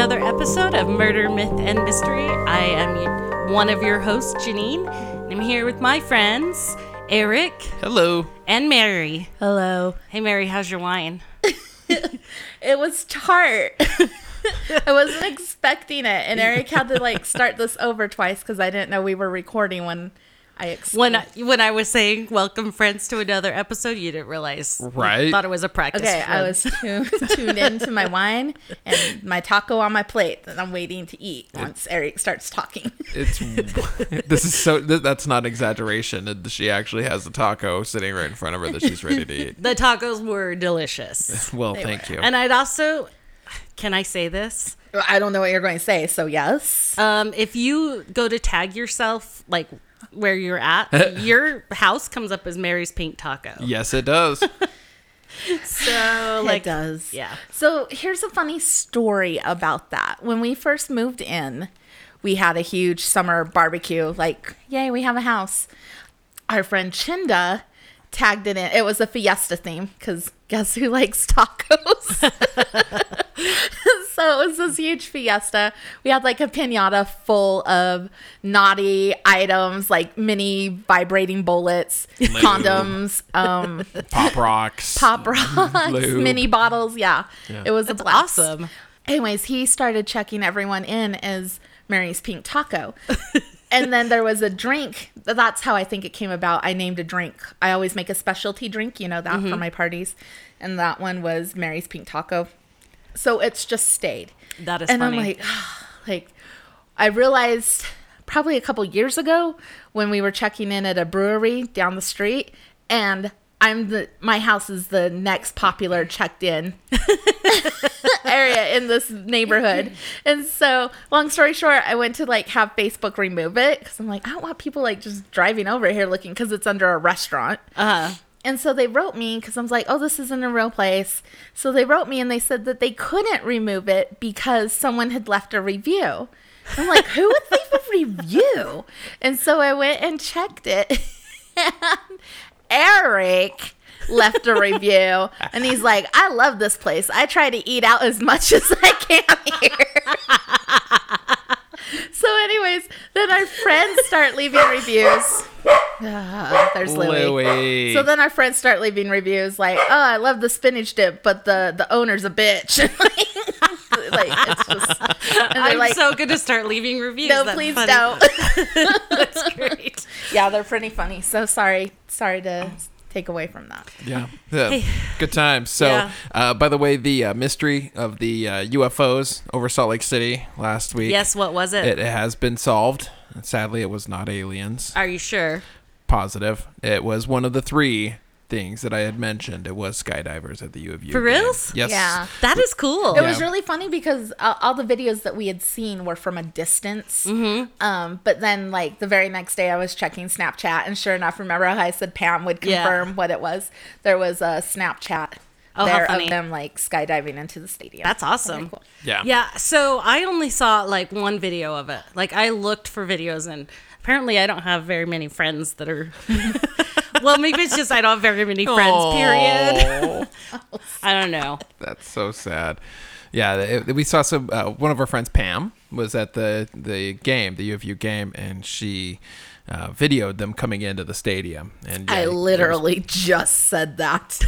episode of Murder, Myth, and Mystery. I am y- one of your hosts, Janine, and I'm here with my friends, Eric Hello. and Mary. Hello. Hey, Mary, how's your wine? It was tart. I wasn't expecting it, and Eric had to like start this over twice because I didn't know we were recording when I ex- When I, when I was saying welcome, friends, to another episode, you didn't realize. you Right. thought it was a practice. okay I run. was tuned tuned into my wine and my taco on my plate that I'm waiting to eat once Eric starts talking. It's this is so th- that's not an exaggeration. It- She actually has a taco sitting right in front of her that she's ready to eat. The tacos were delicious. Well, thank you. and I'd also, can I say this? I don't know what you're going to say, so yes. Um, if you go to tag yourself, like where you're at, your house comes up as Mary's Pink Taco. yes, it does. So, like, it does. yeah. So here's a funny story about that. When we first moved in, we had a huge summer barbecue. Like, yay, we have a house. Our friend Chinda tagged it in. It was a fiesta theme because guess who likes tacos? so it was this huge fiesta. We had like a pinata full of naughty items, like mini vibrating bullets, condoms, um, Pop rocks. pop rocks, Lube. mini bottles. Yeah. It was a blast. awesome. Anyways, he started checking everyone in as Mary's Pink Taco. and then there was a drink. That's how I think it came about. I named a drink. I always make a specialty drink, you know, that for my parties. And that one was Mary's Pink Taco. So it's just stayed. That is and funny. I'm like, like I realized probably a couple years ago when we were checking in at a brewery down the street and I'm the my house is the next popular checked in area in this neighborhood. And so, long story short, I went to like have Facebook remove it cuz I'm like I don't want people like just driving over here looking cuz it's under a restaurant. uh, And so they wrote me because I was like, oh, this isn't a real place. So they wrote me and they said that they couldn't remove it because someone had left a review. I'm like, who would leave a review? And so I went and checked it. and Eric left a review and he's like, I love this place. I try to eat out as much as I can here. so, anyways, then our friends start leaving reviews. Ah, there's Louie. Louis. So then our friends start leaving reviews like, "Oh, I love the spinach dip, but the the owner's a bitch." like it's just, and they're I'm like, so good to start leaving reviews. "No, That's please funny. don't." That's great. yeah, they're pretty funny. So sorry, sorry to Oh. take away from that. Yeah. Yeah. Good times. So, Yeah. uh, by the way, the uh, mystery of the uh, UFOs over Salt Lake City last week. Yes, what was it? It, it has been solved. Sadly, it was not aliens. Are you sure? Positive. It was one of the three things that I had mentioned. It was skydivers at the U of U. For again. reals? Yes. Yeah. That is cool. It was Yeah. really funny because uh, all the videos that we had seen were from a distance. Mm-hmm. Um, but then, like the very next day, I was checking Snapchat, and sure enough, remember how I said Pam would Yeah. confirm what it was? There was a Snapchat Oh, how there funny. of them like skydiving into the stadium. That's awesome. Very cool. Yeah. Yeah. So I only saw like one video of it. Like I looked for videos and apparently I don't have very many friends that are Well, maybe it's just I don't have very many friends, period. period. I don't know. That's so sad. Yeah, it, we saw some. Uh, one of our friends, Pam, was at the the game, the U of U game, and she uh, videoed them coming into the stadium. And yeah, I it was- literally just said that.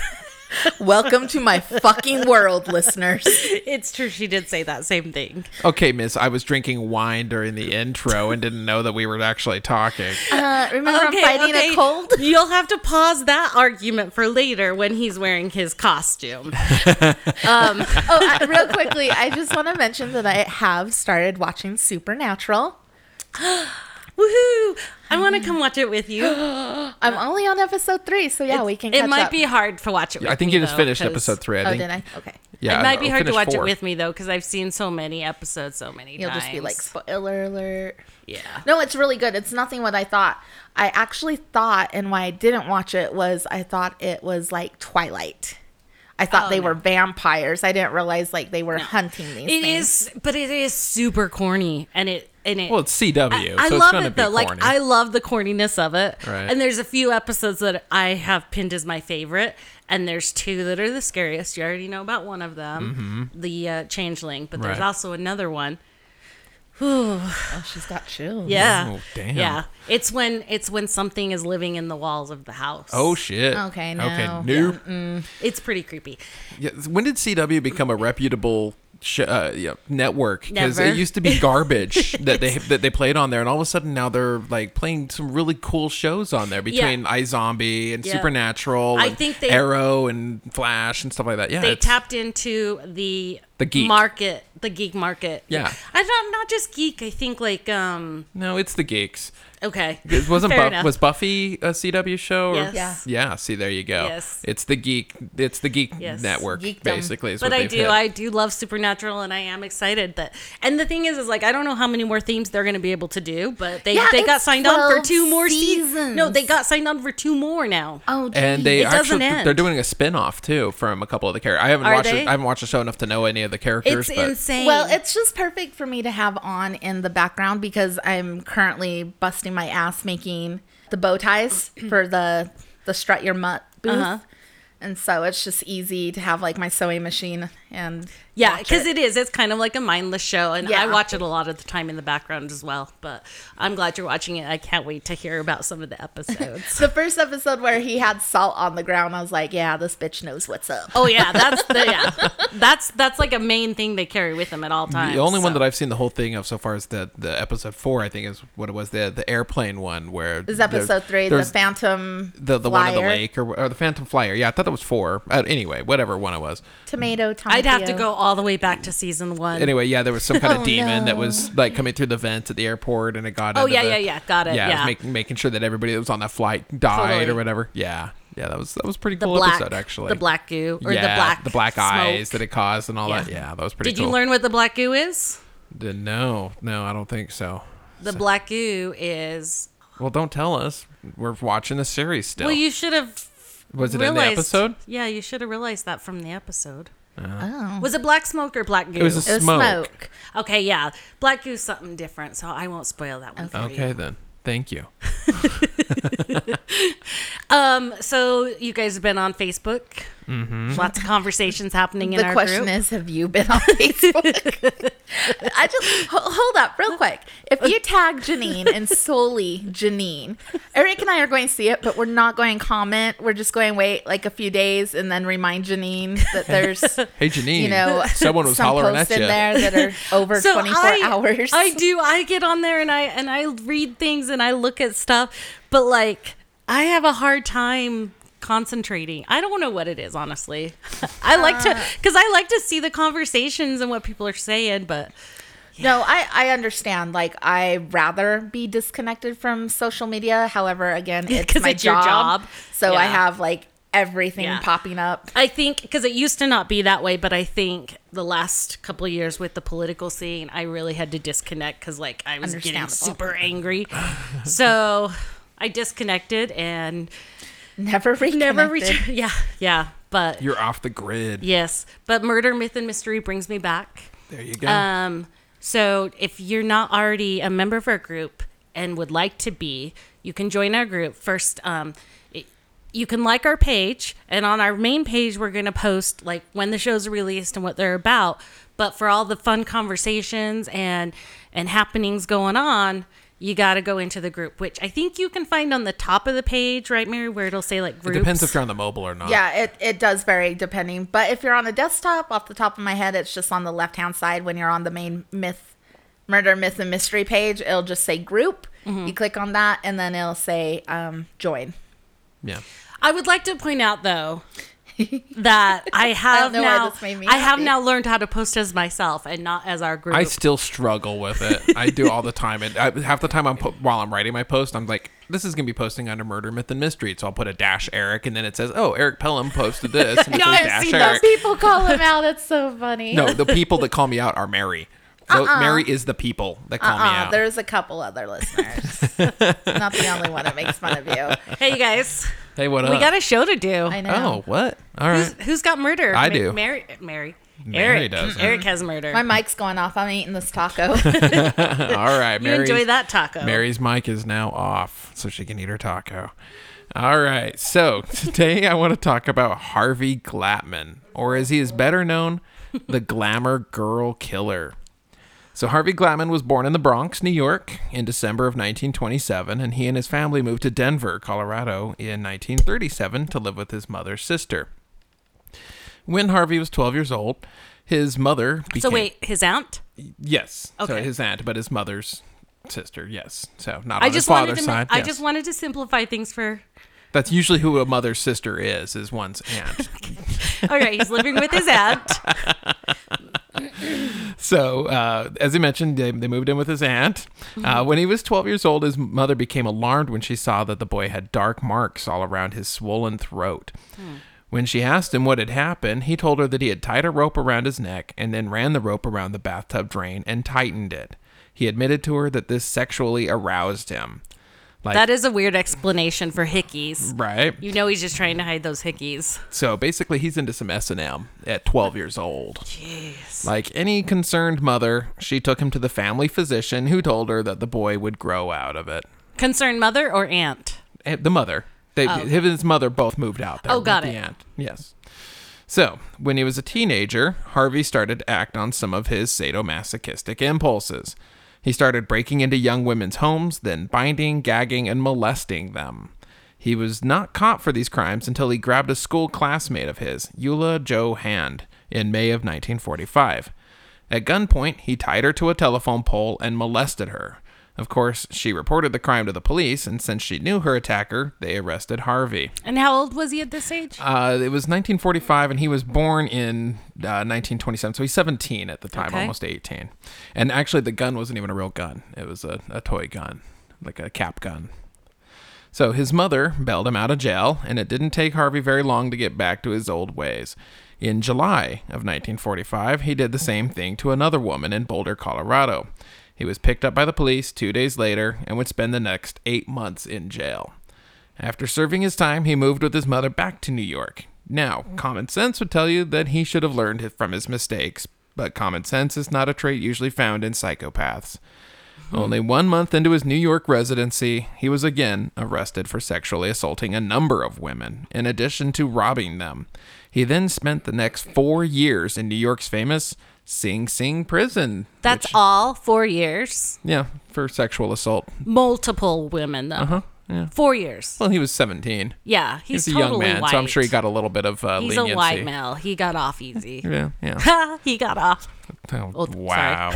Welcome to my fucking world, listeners. It's true she did say that same thing. okay, Miss, I was drinking wine during the intro and didn't know that we were actually talking. Uh, remember, I'm fighting a cold. You'll have to pause that argument for later when he's wearing his costume. Oh, I, real quickly, I just want to mention that I have started watching Supernatural. Woohoo! I want to Mm. come watch it with you. I'm only on episode three, so yeah, we can. Catch It might up. be hard to watch it with I think me, you just though, finished 'cause- episode three. I Oh, think. did I? Okay. Yeah, it might be I hard to finished watch four. it with me though, because I've seen so many episodes so many You'll times. just be like spoiler alert. yeah. No, it's really good. It's nothing what I thought. I actually thought, and why I didn't watch it was I thought it was like Twilight. I thought Oh, they no. were vampires. I didn't realize like they were hunting these. It things. is, but it is super corny, and it and it. Well, it's CW. I, I so it's love gonna it be though. Like corny. I love the corniness of it. Right. And there's a few episodes that I have pinned as my favorite, and there's two that are the scariest. You already know about one of them, the uh, changeling, but there's Mm-hmm. Right. also another one. Oh, she's got chills. Yeah. Oh, damn. Yeah. It's when it's when something is living in the walls of the house. Oh shit. Okay, no. Okay. Nope. it's pretty creepy. Yeah, when did CW become a reputable sh- uh, yeah, network? Because Never. it used to be garbage that they that they played on there, and all of a sudden now they're like playing some really cool shows on there between iZombie and Yeah. Supernatural. I and think they- Arrow and Flash and stuff like that. Yeah, They it's- tapped into the The geek. market, the geek market. Yeah. I not not just geek. I think like um no, it's the geeks. okay. It wasn't Fair Buff enough. was Buffy a CW show? Or- yes. Yeah. Yeah, see there you go. Yes. It's the geek it's the geek Yes. network Geekdom. basically is But what I they've do, hit. I do love Supernatural, and I am excited that. And the thing is, is like I don't know how many more themes they're going to be able to do, but they Yeah, they got it's signed on for 12 two more seasons. No, seasons. they got signed on for two more now. Oh, and geez. they It doesn't actually end. they're doing a spin-off too from a couple of the characters. I haven't Are watched they? it, I haven't watched the show enough to know any of the characters It's but insane. Well, it's just perfect for me to have on in the background because I'm currently busting my ass making the bow ties for the the strut your mutt booth. Uh-huh. And so it's just easy to have like my sewing machine and yeah, watch because it is. It's kind of like a mindless show, and Yeah. I watch it a lot of the time in the background as well. But I'm glad you're watching it. I can't wait to hear about some of the episodes. the first episode where he had salt on the ground, I was like, yeah, this bitch knows what's up. oh yeah, that's the yeah, that's that's like a main thing they carry with them at all times. the only one so. that I've seen the whole thing of so far is the the episode four. I think is what it was the the airplane one where This is episode three, the there's phantom, the the one on the flyer. lake or, or the phantom flyer. Yeah, I thought that was four. Uh, anyway, whatever one it was. tomato. Tom I'd have to go all the way back to season one. Anyway, yeah, there was some kind of Oh, demon that no. was like coming through the vents at the airport, and it got. Oh, into yeah, the- yeah, yeah, got it, Yeah, yeah. making making sure that everybody that was on that flight died Totally. or whatever. Yeah, yeah, that was that was a pretty the cool black episode actually. the black goo or yeah, the black the black smoke. eyes that it caused and all that. Yeah. Yeah, that was pretty. Did cool. you learn what the black goo is? The- no, no, I don't think so. The black goo is. Well, don't tell us. We're watching the series still. Well, you should have. was it realized, in the episode? Uh-huh. Yeah, you should have realized that from the episode. Oh. Was it black smoke or black goo? It was a It was smoke. smoke. okay, yeah, black goo's something different, so I won't spoil that one for you. Okay, then. Thank you. Um, so you guys have been on Facebook. Lots of conversations happening in the our question group. is have you been on facebook i just ho- hold up real quick if you tag janine and solely janine eric and i are going to see it but we're not going to comment we're just going to wait like a few days and then remind janine that there's Hey, Janine. you know someone was some hollering at posts you. in there that are over 24 I, hours I do. I get on there and I and I read things and I look at stuff, but like I have a hard time concentrating. I don't know what it is, honestly. I like Uh. to because I like to see the conversations and what people are saying, but No, I, I understand. Like, I rather be disconnected from social media. However, again, it's 'Cause my it's your job. job, So I Yeah. have like everything Yeah. popping up. I think because it used to not be that way, but I think the last couple of years with the political scene, I really had to disconnect because like I was getting Understandable. super angry, so I disconnected and Never reconnected. never returned. Yeah, yeah, but You're off the grid. Yes, but murder, myth, and mystery brings me back. There you go. Um, so if you're not already a member of our group and would like to be, you can join our group first. Um, it- you can like our page, and on our main page, we're going to post like when the shows are released and what they're about. But for all the fun conversations and and happenings going on. You got to go into the group, which I think you can find on the top of the page, right, Mary? Where it'll say like it groups. depends if you're on the mobile or not. Yeah, it, it does vary depending. But if you're on a desktop, off the top of my head, it's just on the left hand side when you're on the main myth, murder, myth, and mystery page. It'll just say group. You click on that, and then it'll say um, join. Yeah. I would like to point out though that I have know why now this made me I have happy. now learned how to post as myself and not as our group. I still struggle with it. I do all the time. And I, half the time, I'm po- while I'm writing my post, I'm like, "This is gonna be posting under murder, myth, and mystery." So I'll put a dash Eric, and then it says, "Oh, Eric Pelham posted this." And it No, says I've dash seen Eric. those People call him out. It's so funny. No, the people that call me out are Mary. Tho- Uh-uh. Mary is the people that call me Uh, out. there's a couple other listeners. Not the only one that makes fun of you. hey you guys. Hey, what We up? got a show to do. I know. Oh, what? All right. Who's, who's got murder? I do. Mary. Mary. Mary Eric. does. Eric has murder. My mic's going off. I'm eating this taco. All right, you Mary. enjoy that taco. Mary's mic is now off, so she can eat her taco. All right, so today I want to talk about Harvey Glattman, or as he is better known, the Glamour Girl Killer. So Harvey Glattman was born in the Bronx, New York, in December of 1927, and he and his family moved to Denver, Colorado, in 1937 to live with his mother's sister. When Harvey was 12 years old, his mother became So wait, his aunt? Yes. So Okay. his aunt, but his mother's sister. Yes. So not I on his just wanted father's to. side. I yes. just wanted to simplify things for. That's usually who a mother's sister is. Is one's aunt. All right, he's living with his aunt. so uh, as he mentioned, they, they moved in with his aunt. Uh, Mm-hmm. when he was 12 years old, his mother became alarmed when she saw that the boy had dark marks all around his swollen throat. Hmm. When she asked him what had happened, he told her that he had tied a rope around his neck and then ran the rope around the bathtub drain and tightened it. He admitted to her that this sexually aroused him. Like, That is a weird explanation for hickeys. right. You know he's just trying to hide those hickeys. So basically, he's into some S and M at 12 years old. Like any concerned mother, she took him to the family physician, who told her that the boy would grow out of it. Concerned mother or aunt? Eh, The mother, they, him and his mother both moved out there. Oh, with got the it. aunt. Yes. So when he was a teenager, Harvey started to act on some of his sadomasochistic impulses. He started breaking into young women's homes, then binding, gagging, and molesting them. He was not caught for these crimes until he grabbed a school classmate of his, Eula Joe Hand, in May of 1945. At gunpoint, he tied her to a telephone pole and molested her. Of course, she reported the crime to the police, and since she knew her attacker, they arrested Harvey. And how old was he at this age? Uh, it was 1945, and he was born in uh, 1927, so he's 17 at the time, Okay. almost 18. And actually, the gun wasn't even a real gun; it was a, a toy gun, like a cap gun. So his mother bailed him out of jail, and it didn't take Harvey very long to get back to his old ways. In July of 1945, he did the same thing to another woman in Boulder, Colorado. He was picked up by the police two days later and would spend the next eight months in jail. After serving his time, he moved with his mother back to New York. Now, common sense would tell you that he should have learned his- from his mistakes, but common sense is not a trait usually found in psychopaths. Only one month into his New York residency, he was again arrested for sexually assaulting a number of women, in addition to robbing them. He then spent the next four years in New York's famous Sing Sing prison. That's which- all four years. yeah, for sexual assault. Multiple women though. Four years. Uh-huh, Well, he was 17. Yeah, he's, He's a totally young man, white. so I'm sure he got a little bit of uh, He's leniency. a white male. He got off easy. Yeah, yeah. Ha! he got off. Oh, Oh, sorry. wow.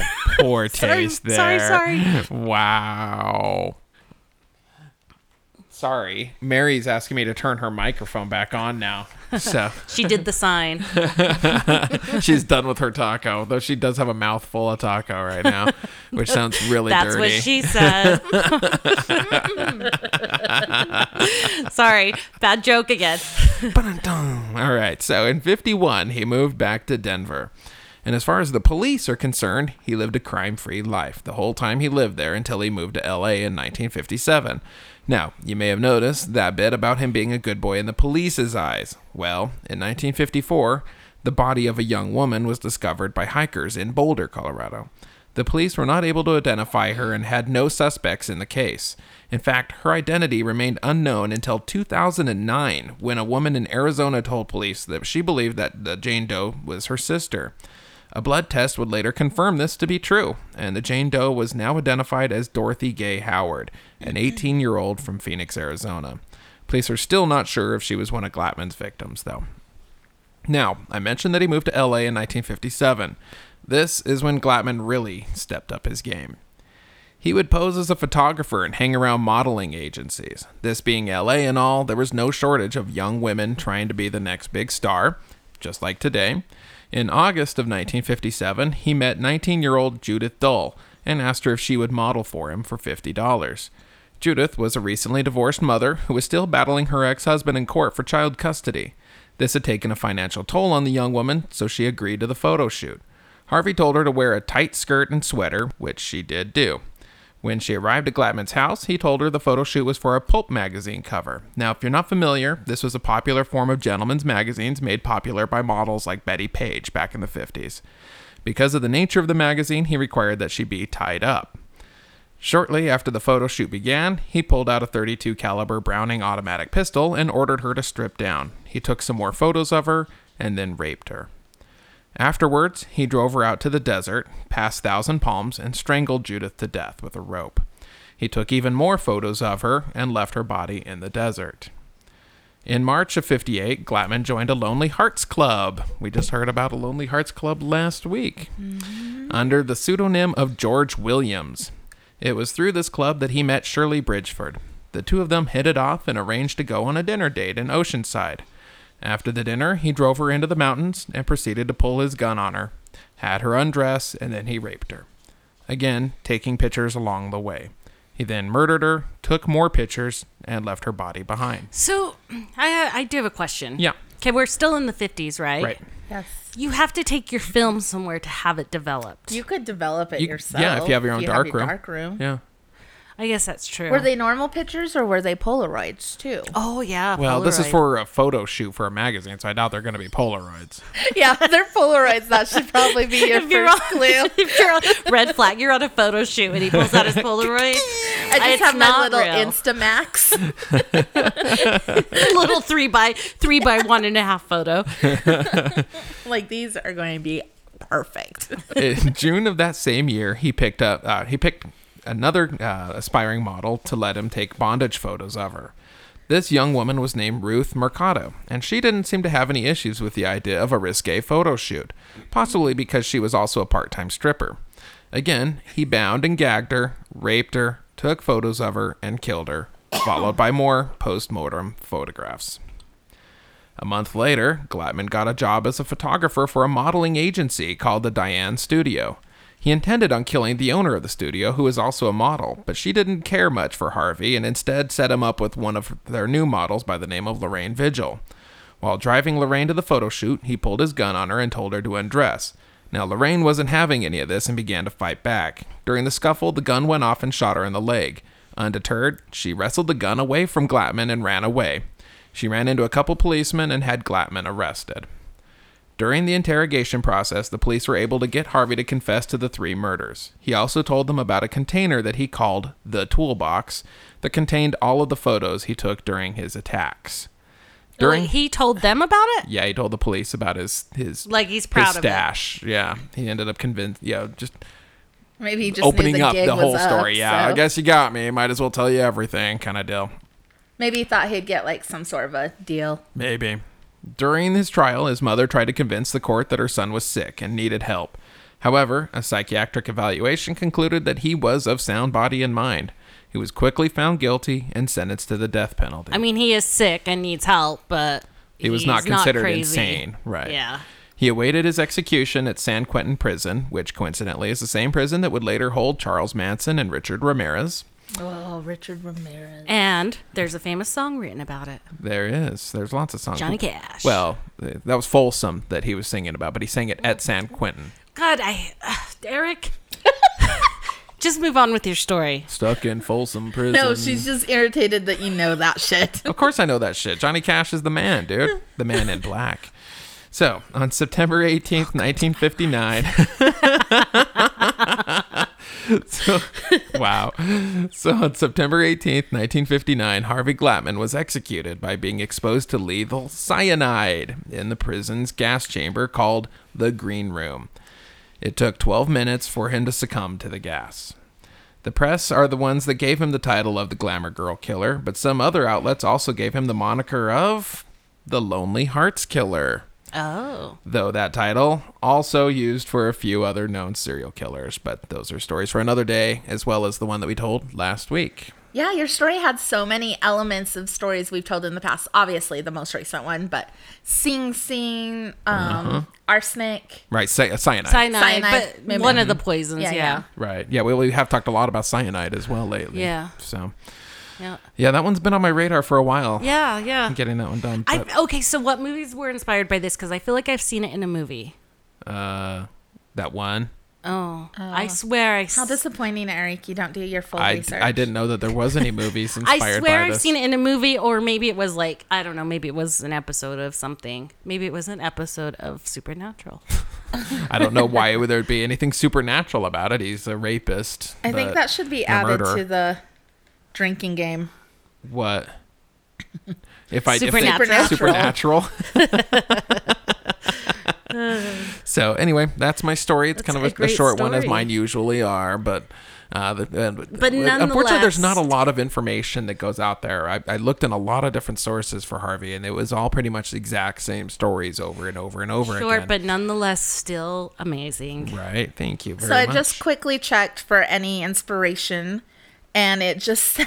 Poor Sorry, taste sorry, there. sorry. Wow. Sorry. Mary's asking me to turn her microphone back on now. So She did the sign. she's done with her taco, though she does have a mouthful of taco right now, which sounds really That's dirty. what she said. Sorry, bad joke again. Ba-dum-dum. All right. So in 51, he moved back to Denver. And as far as the police are concerned, he lived a crime free life the whole time he lived there until he moved to LA in 1957. Now, you may have noticed that bit about him being a good boy in the police's eyes. Well, in 1954, the body of a young woman was discovered by hikers in Boulder, Colorado. The police were not able to identify her and had no suspects in the case. In fact, her identity remained unknown until 2009 when a woman in Arizona told police that she believed that the Jane Doe was her sister. A blood test would later confirm this to be true, and the Jane Doe was now identified as Dorothy Gay Howard, an 18 year old from Phoenix, Arizona. Police are still not sure if she was one of Glattman's victims, though. Now, I mentioned that he moved to LA in 1957. This is when Glattman really stepped up his game. He would pose as a photographer and hang around modeling agencies. This being LA and all, there was no shortage of young women trying to be the next big star, just like today. In August of 1957, he met 19 year old Judith Dull and asked her if she would model for him for $50. Judith was a recently divorced mother who was still battling her ex husband in court for child custody. This had taken a financial toll on the young woman, so she agreed to the photo shoot. Harvey told her to wear a tight skirt and sweater, which she did do. When she arrived at Gladman's house, he told her the photo shoot was for a pulp magazine cover. Now, if you're not familiar, this was a popular form of gentlemen's magazines made popular by models like Betty Page back in the 50s. Because of the nature of the magazine, he required that she be tied up. Shortly after the photo shoot began, he pulled out a 32 caliber Browning automatic pistol and ordered her to strip down. He took some more photos of her and then raped her. Afterwards, he drove her out to the desert, past Thousand Palms, and strangled Judith to death with a rope. He took even more photos of her and left her body in the desert. In March of 58, Glatman joined a Lonely Hearts Club. We just heard about a Lonely Hearts Club last week. Under the pseudonym of George Williams. It was through this club that he met Shirley Bridgeford. The two of them hit it off and arranged to go on a dinner date in Oceanside. After the dinner, he drove her into the mountains and proceeded to pull his gun on her, had her undress, and then he raped her. Again, taking pictures along the way. He then murdered her, took more pictures, and left her body behind. So, I I do have a question. Yeah. Okay, we're still in the 50s, right? Right. Yes. You have to take your film somewhere to have it developed. You could develop it You- yourself. Yeah, if you have your own dark room. dark room. Yeah. I guess that's true. Were they normal pictures or were they Polaroids too? Oh yeah. Well, this is Polaroid. for a photo shoot for a magazine, so I doubt they're going to be Polaroids. yeah, they're Polaroids. That should probably be your If you're first on- clue. if you're on, red flag. You're on a photo shoot and he pulls out his Polaroid. I just It's have my not little real. Instamax. little three by three by one and a half photo. like these are going to be perfect. in June of that same year, he picked up uh, he picked another uh, aspiring model to let him take bondage photos of her. This young woman was named Ruth Mercado, and she didn't seem to have any issues with the idea of a risque photo shoot, possibly because she was also a part time stripper. Again, he bound and gagged her, raped her, took photos of her, and killed her, followed by more post mortem photographs. A month later, Glatman got a job as a photographer for a modeling agency called the Diane Studio. He intended on killing the owner of the studio, who was also a model, but she didn't care much for Harvey and instead set him up with one of their new models by the name of Lorraine Vigil. While driving Lorraine to the photo shoot, he pulled his gun on her and told her to undress. Now, Lorraine wasn't having any of this and began to fight back. During the scuffle, the gun went off and shot her in the leg. Undeterred, she wrestled the gun away from Glatman and ran away. She ran into a couple policemen and had Glatman arrested. During the interrogation process, the police were able to get Harvey to confess to the three murders. He also told them about a container that he called the toolbox that contained all of the photos he took during his attacks. During Like, he told them about it. yeah, he told the police about his his Like, he's proud his of it. stash. Yeah, he ended up convinced. Yeah, just Maybe he just opening knew the up gig the was whole up, story. yeah, so I guess you got me. Might as well tell you everything, kind of deal. Maybe he thought he'd get like some sort of a deal. Maybe. During his trial, his mother tried to convince the court that her son was sick and needed help. However, a psychiatric evaluation concluded that he was of sound body and mind. He was quickly found guilty and sentenced to the death penalty. I mean, he is sick and needs help, but he was he's not considered crazy. insane. Right. Yeah. He awaited his execution at San Quentin Prison, which coincidentally is the same prison that would later hold Charles Manson and Richard Ramirez. Oh, Richard Ramirez. And there's a famous song written about it. There is. There's lots of songs. Johnny Cash. Well, th- that was Folsom that he was singing about, but he sang it at San Quentin. God, I, uh, Eric, just move on with your story. Stuck in Folsom Prison. No, she's just irritated that you know that shit. Of course I know that shit. Johnny Cash is the man, dude. The man in black. So, on September 18th, 1959. so, wow. So, on September 18th, 1959, Harvey Glattman was executed by being exposed to lethal cyanide in the prison's gas chamber called the Green Room. It took 12 minutes for him to succumb to the gas. The press are the ones that gave him the title of the Glamour Girl Killer, but some other outlets also gave him the moniker of the Lonely Hearts Killer. Oh, Though that title also used for a few other known serial killers, but those are stories for another day, as well as the one that we told last week. Yeah, your story had so many elements of stories we've told in the past. Obviously, the most recent one, but Sing Sing, um, arsenic. Right, cy- cyanide. cyanide, Cyanide, but maybe. one of the poisons. Yeah, Yeah, yeah. right. Yeah, we, we have talked a lot about cyanide as well lately. Yeah. So, yeah. yeah, that one's been on my radar for a while. Yeah, I'm getting that one done. I, But, okay, so what movies were inspired by this? Because I feel like I've seen it in a movie. uh, that one. Oh, I swear I. How disappointing, Eric! You don't do your full I, research. I didn't know that there was any movies inspired I swear by I've this. seen it in a movie, or maybe it was like I don't know. Maybe it was an episode of something. Maybe it was an episode of Supernatural. I don't know why there would be anything supernatural about it. He's a rapist. I think but- that should be and a added murderer. to the drinking game. What? If I Supernatural. If they, supernatural. so anyway, that's my story. It's kind of a a, a great short one, as story. mine usually are, but. Uh, the, uh, But unfortunately, there's nonetheless- not a lot of information that goes out there. I, I looked in a lot of different sources for Harvey, and it was all pretty much the exact same stories over and over and over Short, again. but nonetheless still amazing. right, thank you very So I much. just quickly checked for any inspiration, and it just said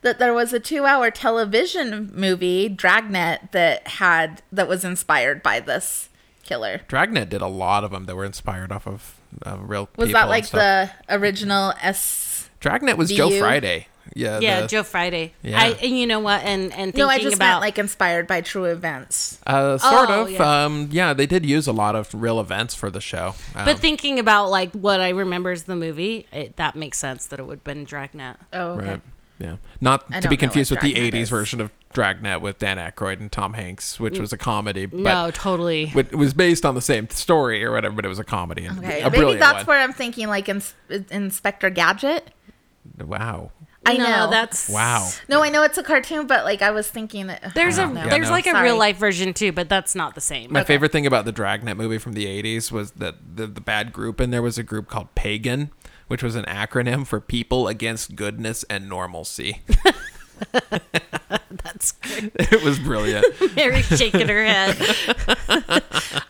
that there was a two-hour television movie, Dragnet, that had that was inspired by this killer. Dragnet did a lot of them that were inspired off of uh, real. Was people that and like stuff. the original S? Dragnet was Joe VU? Friday? Yeah, Yeah, the- Joe Friday. Yeah. I and you know what? And and thinking No, I just about meant like inspired by true events. Uh, sort Oh, of. yeah. Um, yeah, they did use a lot of real events for the show. Um, But thinking about like what I remember as the movie, it, that makes sense that it would have been Dragnet. Oh, okay. right. Yeah. Not I to be don't know confused with what the Dragnet 80s is. Mm. version of Dragnet with Dan Aykroyd and Tom Hanks, which was a comedy. But no, totally. It was based on the same story or whatever, but it was a comedy. And Okay, A maybe brilliant one. that's where I'm thinking like ins- Inspector Gadget. Wow. I no, know that's Wow. No, I know it's a cartoon, but like I was thinking that There's a Wow. Yeah, there's no. like a Sorry. real life version too, but that's not the same. My favorite thing about the Dragnet movie from the 80s was that the, the bad group in there was a group called Pagan, which was an acronym for People Against Goodness and Normalcy. That's great. it was brilliant. Mary's shaking her head.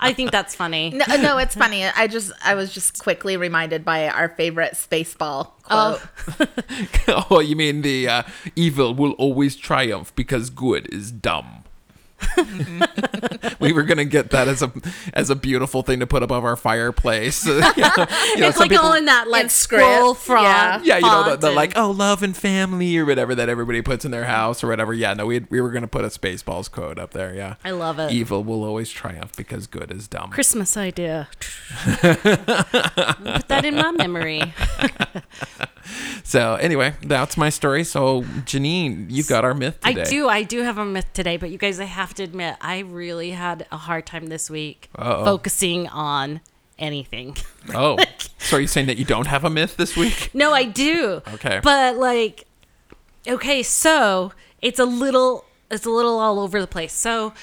I think that's funny. No, no, it's funny. I just I was just quickly reminded by our favorite Spaceball quote. Oh, oh, you mean the uh, evil will always triumph because good is dumb. we were gonna get that as a as a beautiful thing to put above our fireplace. You know, it's some like all in that like In script, scroll from yeah. yeah, you know, the, font the and- like, oh, love and family or whatever that everybody puts in their house or whatever. Yeah, no, we we were gonna put a Spaceballs quote up there. Yeah, I love it. Evil will always triumph because good is dumb. Christmas idea. Put that in my memory. So anyway, that's my story. So Janine, you've got our myth I today. do, I do have a myth today, but you guys, I have to admit, I really had a hard time this week Uh-oh. focusing on anything. Oh, so are you saying that you don't have a myth this week? No, I do. Okay. But like okay, so it's a little it's a little all over the place. So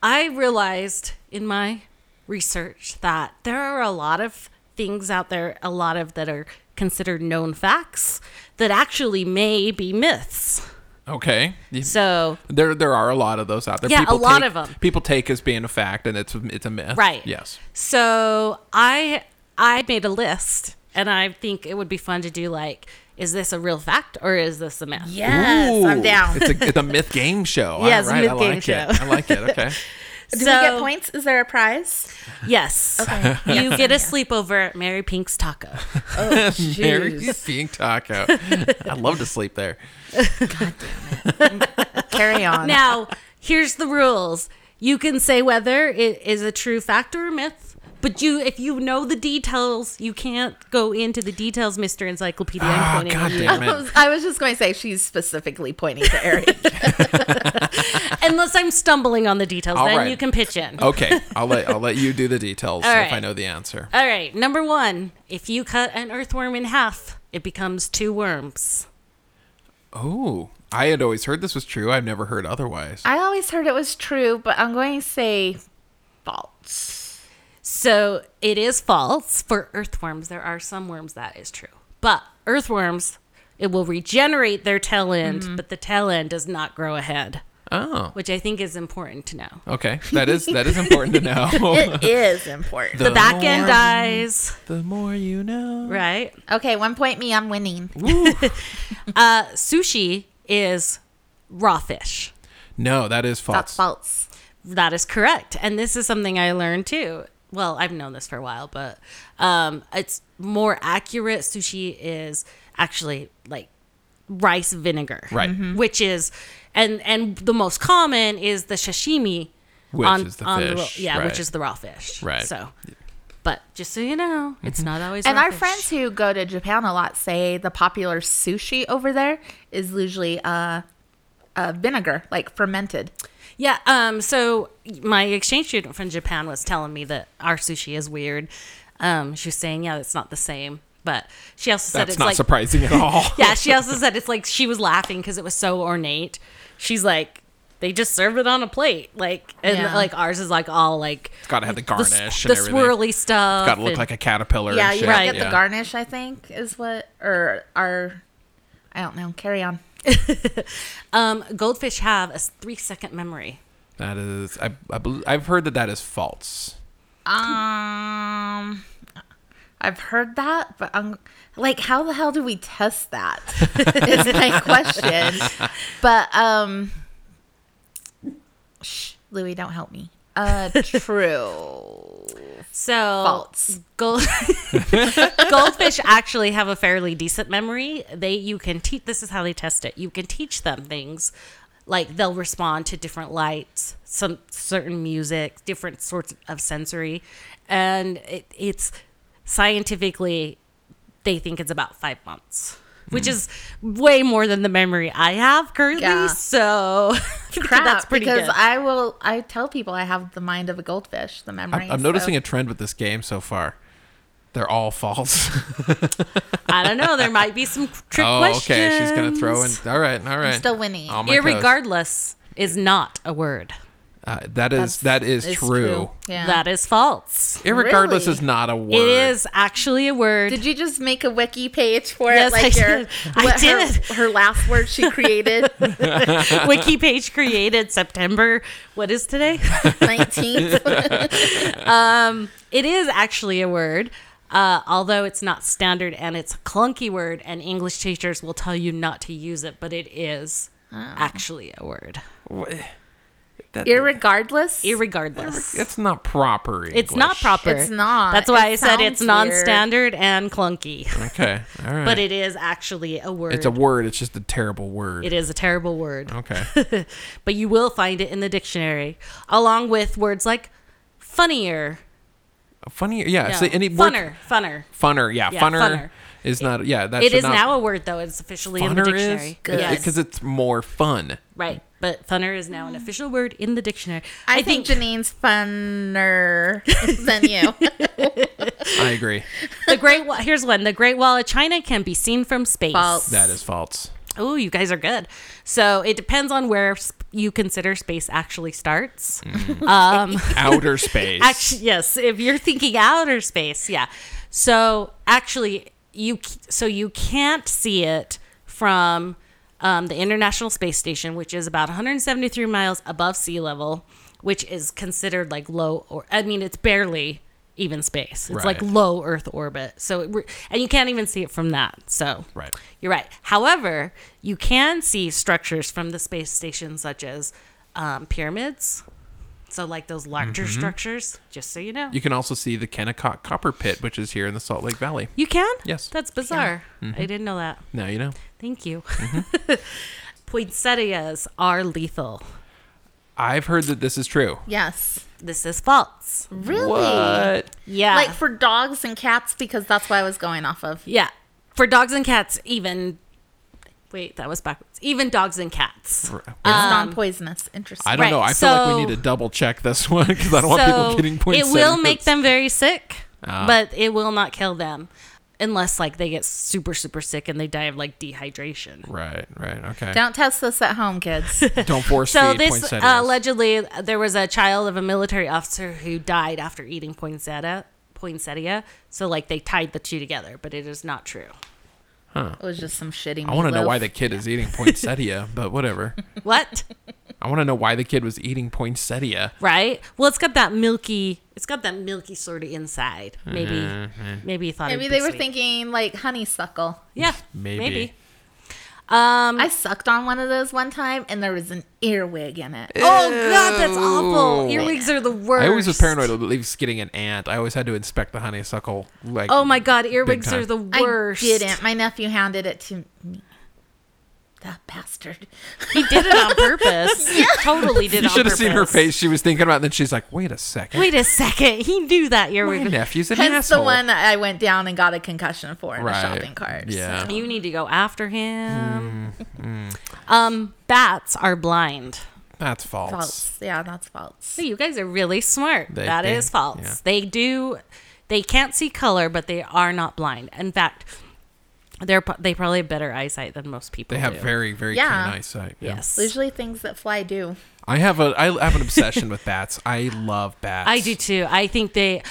I realized in my research that there are a lot of things out there, a lot of that are considered known facts that actually may be myths. Okay. You- So There, there are a lot of those out there. Yeah, a lot take, of 'em. People take as being a fact, and it's it's a myth. Right. Yes. So I I made a list, and I think it would be fun to do like, is this a real fact or is this a myth? Yes, I'm Ooh, down. It's a, it's a myth game show. Yeah, it's a All right, myth I game like show. It. I like it. Okay. Do So- we get points? Is there a prize? Yes. Okay. You get a sleepover at Mary Pink's Taco. Oh, Mary jeez. being taco. I'd love to sleep there. Carry on. Now, here's the rules. You can say whether it is a true fact or a myth, but you if you know the details, you can't go into the details, Mr. Encyclopedia. I'm Oh, pointing God at you. damn I it. was, I was just going to say she's specifically pointing to Eric. Unless I'm stumbling on the details, All then right. Oh. you can pitch in. Okay, I'll let I'll let you do the details All if I right. know the answer. All right, number one. If you cut an earthworm in half, it becomes two worms. Oh, I had always heard this was true. I've never heard otherwise. I always heard it was true, but I'm going to say false. So it is false for earthworms. There are some worms that is true. But earthworms, it will regenerate their tail end, but the tail end does not grow a head, Oh, which I think is important to know. okay. That is that is important to know. It is important. The back more- end dies, The more you know. right? okay, one point me. I'm winning. Uh, sushi is raw fish. No, that is That's false. false. That is correct. And this is something I learned too. Well, I've known this for a while, but um, it's more accurate. Sushi is actually like rice vinegar, Right. Mm-hmm. Mhm. Which is, and and the most common is the sashimi, Which is the raw- fish, yeah, right. which is the raw fish, Right. Mm-hmm. So But just so you know, it's not always. And raw our fish. friends who go to Japan a lot say the popular sushi over there is usually uh, uh, vinegar, like fermented. Yeah. Um. So my exchange student from Japan was telling me that our sushi is weird. Um. She was saying, yeah, it's not the same. But she also said That's it's not like surprising at all. yeah. She also said it's like she was laughing because it was so ornate. She's like, they just serve it on a plate, like and Yeah. like ours is like all like It's got to have the the, garnish s- and the everything. swirly stuff. Got to look and- like a caterpillar. Yeah, and you shit. Right. get the yeah. garnish, I think, is what, or our, I don't know, carry on. um. Goldfish have a three second memory. That is, I, I bel- I've heard that that is false. Um, I've heard that, but I'm like, how the hell do we test that? Is my question. But um, shh, Louis, don't help me. Uh, true. So False. Gold- goldfish actually have a fairly decent memory. They you can teach this is how they test it. You can teach them things like they'll respond to different lights, some certain music, different sorts of sensory, and it, it's scientifically they think it's about five months. Which is way more than the memory I have currently, Hmm. Yeah. so Crap, that's pretty because good. I will. I tell people I have the mind of a goldfish. The memory. I'm, I'm noticing a trend with this game so far. They're all false. I don't know. There might be some trick oh, questions. okay. She's gonna throw in. All right, all right. still winning. On my toes. Irregardless is not a word. Uh, that is that is is true. Yeah. That is false. Irregardless Really? is not a word. It is actually a word. Did you just make a wiki page for Yes, it? Like I your, did. I what her- did. Her, last word she created, Wiki page created September. What is today? nineteenth. it is actually a word, uh, although it's not standard and it's a clunky word, and English teachers will tell you not to use it, but it is Oh. actually a word. Wha- That, Irregardless. Irregardless. it's not proper. English. It's not proper. It's not. That's why It I said it's sounds non weird. standard and clunky, Okay. All right. but it is actually a word. it's a word. It's just a terrible word. It is a terrible word. Okay. but you will find it in the dictionary, along with words like funnier. Funny. Yeah. No, So any word- funner, funner. Funner. Yeah. Yeah, funner, funner. is not. Yeah. That It should is not, now a word, though. It's officially in the funner is dictionary. Yes. because it's more fun. right. But funner is now an official word in the dictionary. Mm. I, think, Janine's funner than you. I agree. the Great Wall. Here's one. The Great Wall of China can be seen from space. False. That is false. Oh, you guys are good. So it depends on where sp- you consider space actually starts. Outer space. Actually, yes. If you're thinking outer space, yeah. So actually, you c- so you can't see it from um, the International Space Station, which is about 173 miles above sea level, which is considered like low or I mean, it's barely even space. It's like Right. low Earth orbit. So it re- and you can't even see it from that. So Right. you're right. However, you can see structures from the space station, such as um, pyramids. So, like those larger structures, just so you know. You, Mm-hmm. You can also see the Kennecott Copper Pit, which is here in the Salt Lake Valley. can? Yes. Mm-hmm. That's bizarre. I didn't know that. Now you know. Thank you. Mm-hmm. Poinsettias are lethal. I've heard that this is true. yes. This is false. Really? What? Yeah. Like for dogs and cats, because that's what I was going off of. yeah. For dogs and cats, even. Wait, that was backwards. Even dogs and cats. It's non poisonous. Interesting. I don't know. Right, I feel like Uh, so- we need to double check this one because I don't want people getting Ah. points. It will make them very sick, but it will not kill them unless like they get super super sick and they die of like dehydration. Right, right, okay. Don't test this at home, kids. Don't force So feed this poinsettias. uh, allegedly there was a child of a military officer who died after eating poinsettia poinsettia. So like they tied the two together, but it is not true. it was just some shitty. I want to know why the kid is eating poinsettia, but whatever. What? I want to know why the kid was eating poinsettia. right? Well, it's got that milky it's got that milky sort of inside. Maybe Mm-hmm. maybe you thought Maybe it'd they be were sweet. thinking like honeysuckle. Yeah. Maybe. maybe. Um, I sucked on one of those one time, and there was an earwig in it. Oh god, that's awful. Ew. Earwigs are the worst. I always was paranoid of leaves getting an ant. I always had to inspect the honeysuckle. Like, Oh my god, earwigs time. are the I worst. didn't. My nephew handed it to me. That bastard. He did it on purpose. Totally did. You it on should have seen her purpose. face. She was thinking about it, and then she's like, wait a second. Wait a second. He knew that you were. My nephew's an Hence asshole. the one I went down and got a concussion for in Right. a shopping cart. Yeah. You need to go after him. Um, bats are blind. That's false. False. Yeah, that's false. So you guys are really smart. That They is think- false. yeah. They do. They can't see color, but they are not blind. In fact, they're pro- they probably have better eyesight than most people. They have do. very, very Yeah. keen eyesight. Yeah. yes. Usually things that fly do. I have a I have an obsession with bats. I love bats. I do too. I think they.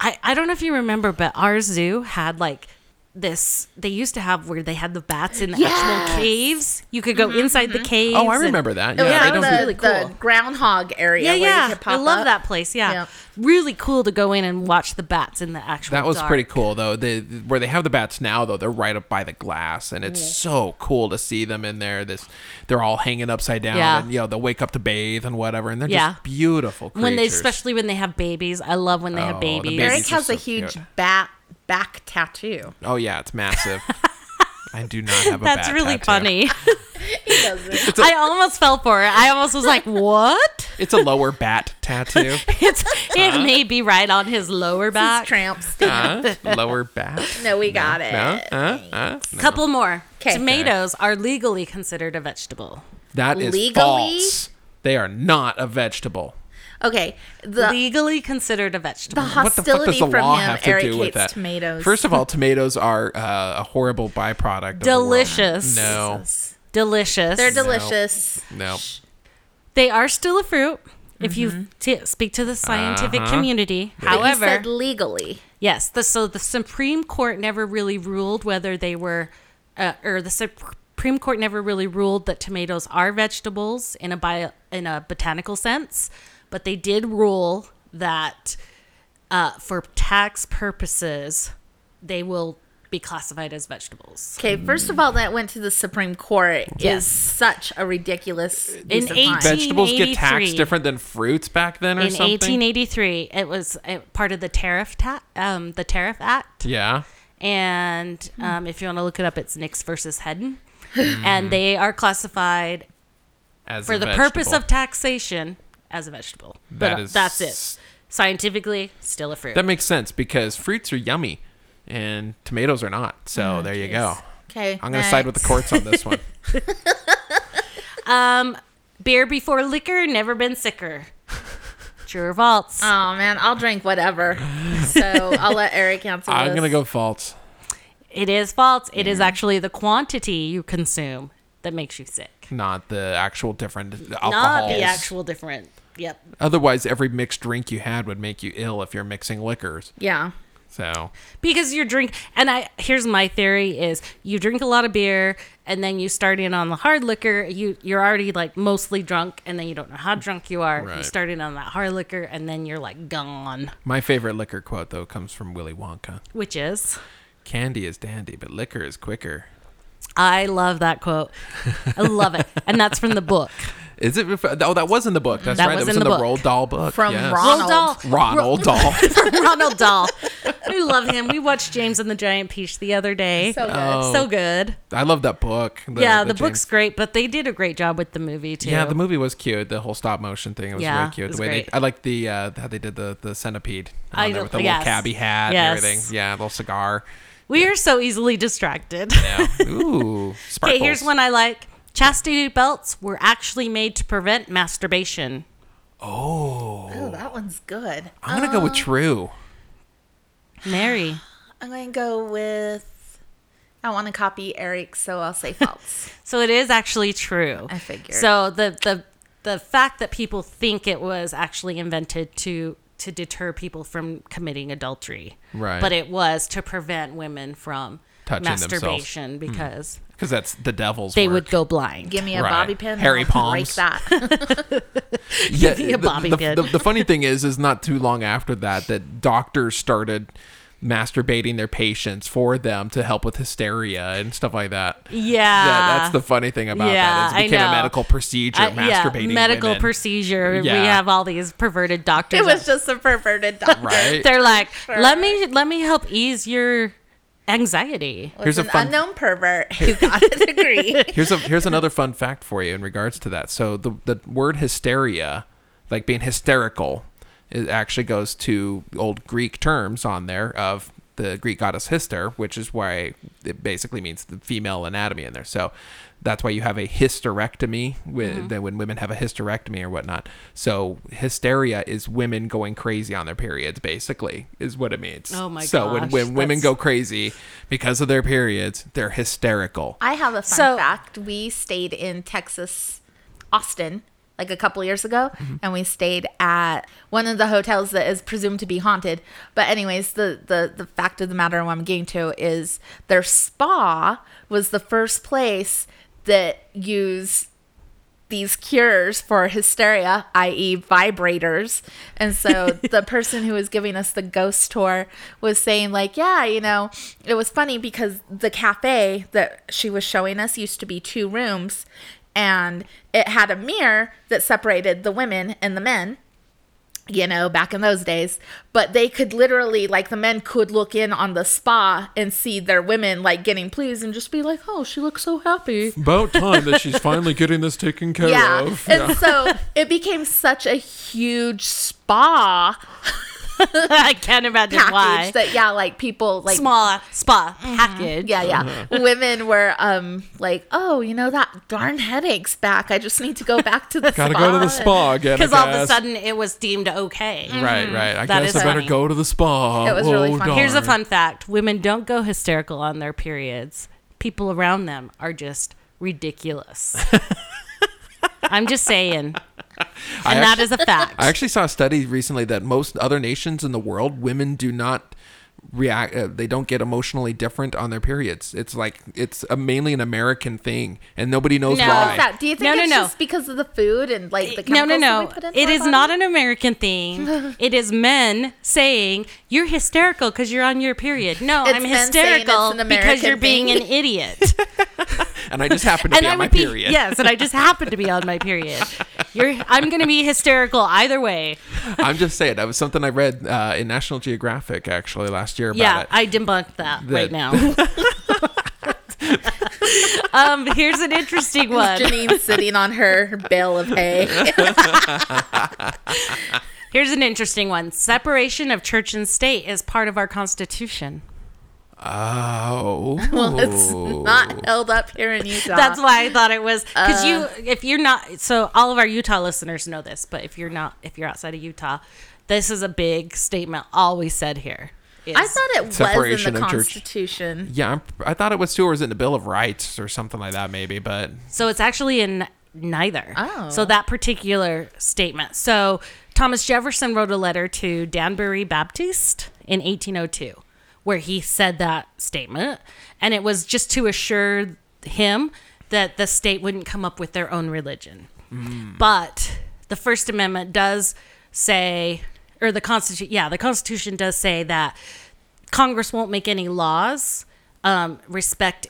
I I don't know if you remember, but our zoo had like this. They used to have where they had the bats in the Yes. actual caves. You could go inside the caves. Oh, I and- remember that. It Yeah, Yeah, they don't was like that the, really the cool. groundhog area Yeah, where you yeah. could I pop love up. that place. Yeah. Yeah. Really cool to go in and watch the bats in the actual That was pretty dark. cool though. They, where they have the bats now though, they're right up by the glass, and it's so cool to see them in there. This, they're all hanging upside down, Yeah. and you know they'll wake up to bathe and whatever, and they're Yeah. just beautiful. Creatures. When they, especially when they have babies, I love when they Oh, have the babies. babies. Eric These are has a so cute. huge bat back tattoo. oh yeah, it's massive. I do not have a. That's bat really tattoo. funny. He doesn't. I almost fell for it. I almost was like, "What?" It's a lower bat tattoo. It's it may be right on his lower back. Tramps. Huh? Lower bat. No, we got it. Huh? Huh? Huh? Couple more. 'Kay. Tomatoes are legally considered a vegetable. That is Legally? false. They are not a vegetable. Okay. The legally considered a vegetable. the What the fuck does hostility the from law him have to do with irritates that? tomatoes. First of all, tomatoes are uh, a horrible byproduct. of the world. Delicious. No, Delicious. they're delicious. no. they are still a fruit if you t- speak to the scientific Uh-huh. community. Mm-hmm. He However, said legally. yes, the, so the Supreme Court never really ruled whether they were, uh, or the Supreme Court never really ruled that tomatoes are vegetables in a bio, in a botanical sense, but they did rule that uh, for tax purposes, they will be classified as vegetables. Okay, first of all, that went to the Supreme Court Yes. is such a ridiculous In use of time. 18 Vegetables get 1883. taxed different than fruits back then, or in something. 1883 it was uh, part of the tariff ta- um, the tariff act yeah, and Hmm. um, if you want to look it up it's nix versus hedden and they are classified as for a the purpose vegetable. of taxation as a vegetable That but uh, is- that's it scientifically still a fruit that makes sense because fruits are yummy and tomatoes are not. So there you go. Okay, I'm gonna side with the next. courts on this one. beer before liquor never been sicker true or false Uh, Oh man, I'll drink whatever. So I'll let Eric answer. I'm this. gonna go false. it is false It is mm. actually the quantity you consume that makes you sick Not the actual different not alcohols. the actual different yep Otherwise, every mixed drink you had would make you ill if you're mixing liquors. Yeah. So because you drink and i here's my theory is you drink a lot of beer and then you start in on the hard liquor you you're already like mostly drunk and then you don't know how drunk you are you Right. start in on that hard liquor and then you're like gone my favorite liquor quote though comes from Willy Wonka. which is Candy is dandy, but liquor is quicker. i love that quote i love it and that's from the book Is it? Ref- oh, that was in the book. That's That right. was that was in in the the, book. Roald Dahl book From yes. Ron- Ronald Dahl. Ronald Dahl. Ronald Dahl. We love him. We watched James and the Giant Peach the other day. So good. Oh. So good. I love that book. The- yeah, the, James- book's great, but they did a great job with the movie too. Yeah, the movie was cute. The whole stop motion thing was Yeah, really cute. it was the way great. they, I like the uh, how they did the the centipede on I there don't- with the yes. little cabbie hat Yes. and everything. Yeah, little cigar. We are so easily distracted. Yeah. Ooh, sparkles. Okay, here's one I like. Chastity belts were actually made to prevent masturbation. Oh, Oh, that one's good. I'm gonna go Uh, with true. Mary. I'm going to go with. I want to copy Eric, so I'll say false. So it is actually true. I figured. So the the the fact that people think it was actually invented to to deter people from committing adultery. Right. But it was to prevent women from Touching themselves. masturbation because Because that's the devil's. they work. would go blind. Give me a Right. bobby pin. Harry I'll Break Palms. that. Yeah, me a the- bobby the, pin. the- the funny thing is, is not too long after that that doctors started masturbating their patients for them to help with hysteria and stuff like that. yeah. Yeah, that's the funny thing about yeah, that. Is it I became a know. medical procedure. I- yeah, masturbating medical women, procedure. Yeah. We have all these perverted doctors. it out was just a perverted doctor. right? They're like, let me let me help ease your anxiety. Was Here's a an fun- unknown pervert who got a degree. Here's a here's another fun fact for you in regards to that. So the the word hysteria, like being hysterical, it actually goes to old Greek terms on there of the Greek goddess Hyster, which is why it basically means the female anatomy in there. So that's why you have a hysterectomy Mm-hmm. when that when women have a hysterectomy or whatnot. So hysteria is women going crazy on their periods, basically, is what it means. Oh my So when, gosh, when women that's- go crazy because of their periods, they're hysterical. I have a fun So- fact. We stayed in Texas, Austin, like a couple years ago, Mm-hmm. and we stayed at one of the hotels that is presumed to be haunted. But anyways, the the the fact of the matter, and what I'm getting to is their spa was the first place that used these cures for hysteria, i.e., vibrators. And so the person who was giving us the ghost tour was saying, like, yeah, you know, it was funny because the cafe that she was showing us used to be two rooms and it had a mirror that separated the women and the men you know, back in those days. But they could literally, like, the men could look in on the spa and see their women, like, getting pleased and just be like, oh, she looks so happy. about time that she's finally getting this taken care yeah. of. And so it became such a huge spa I can't imagine package why. that, yeah, like, people, like, Small spa package. Yeah, yeah. Uh-huh. Women were um like, oh, you know that darn headache's back. I just need to go back to the Gotta spa. go to the spa again. Because I all of a guess. sudden it was deemed okay. Right, right. I That guess is I better funny. go to the spa. It was really Oh, funny. Here's a darn. fun fact women don't go hysterical on their periods, people around them are just ridiculous. I'm just saying. I And that actu- is a fact. I actually saw a study recently that most other nations in the world, women do not react. Uh, they don't get emotionally different on their periods. It's like it's a, mainly an American thing, and nobody knows No. why. What's that? Do you think No, no, it's no. just because of the food and like the no, chemicals no, no. That we put into It our is body? not an American thing. it is men saying you're hysterical because you're on your period. No, It's I'm men saying it's an hysterical because American you're being an thing. idiot. And I just happen to and be I on my would be period. yes, and I just happen to be on my period. You're I'm going to be hysterical either way. I'm just saying that was something I read uh, in National Geographic actually last year about yeah, it. I debunked that right That- now. um, here's an interesting one. Janine sitting on her bale of hay. Here's an interesting one. Separation of church and state is part of our constitution. Oh, Well, it's not held up here in Utah. That's why I thought it was because uh, you, if you're not, so all of our Utah listeners know this, but if you're not, if you're outside of Utah, this is a big statement always said here. is- I thought it was in Separation the of church. Constitution. Yeah, I'm, I thought it was too, or was it in the Bill of Rights or something like that, maybe? But so it's actually in neither. Oh. So that particular statement. So Thomas Jefferson wrote a letter to Danbury Baptist in 1802 where he said that statement. And it was just to assure him that the state wouldn't come up with their own religion. But the First Amendment does say, or the Constitution, yeah, the Constitution does say that Congress won't make any laws um, respect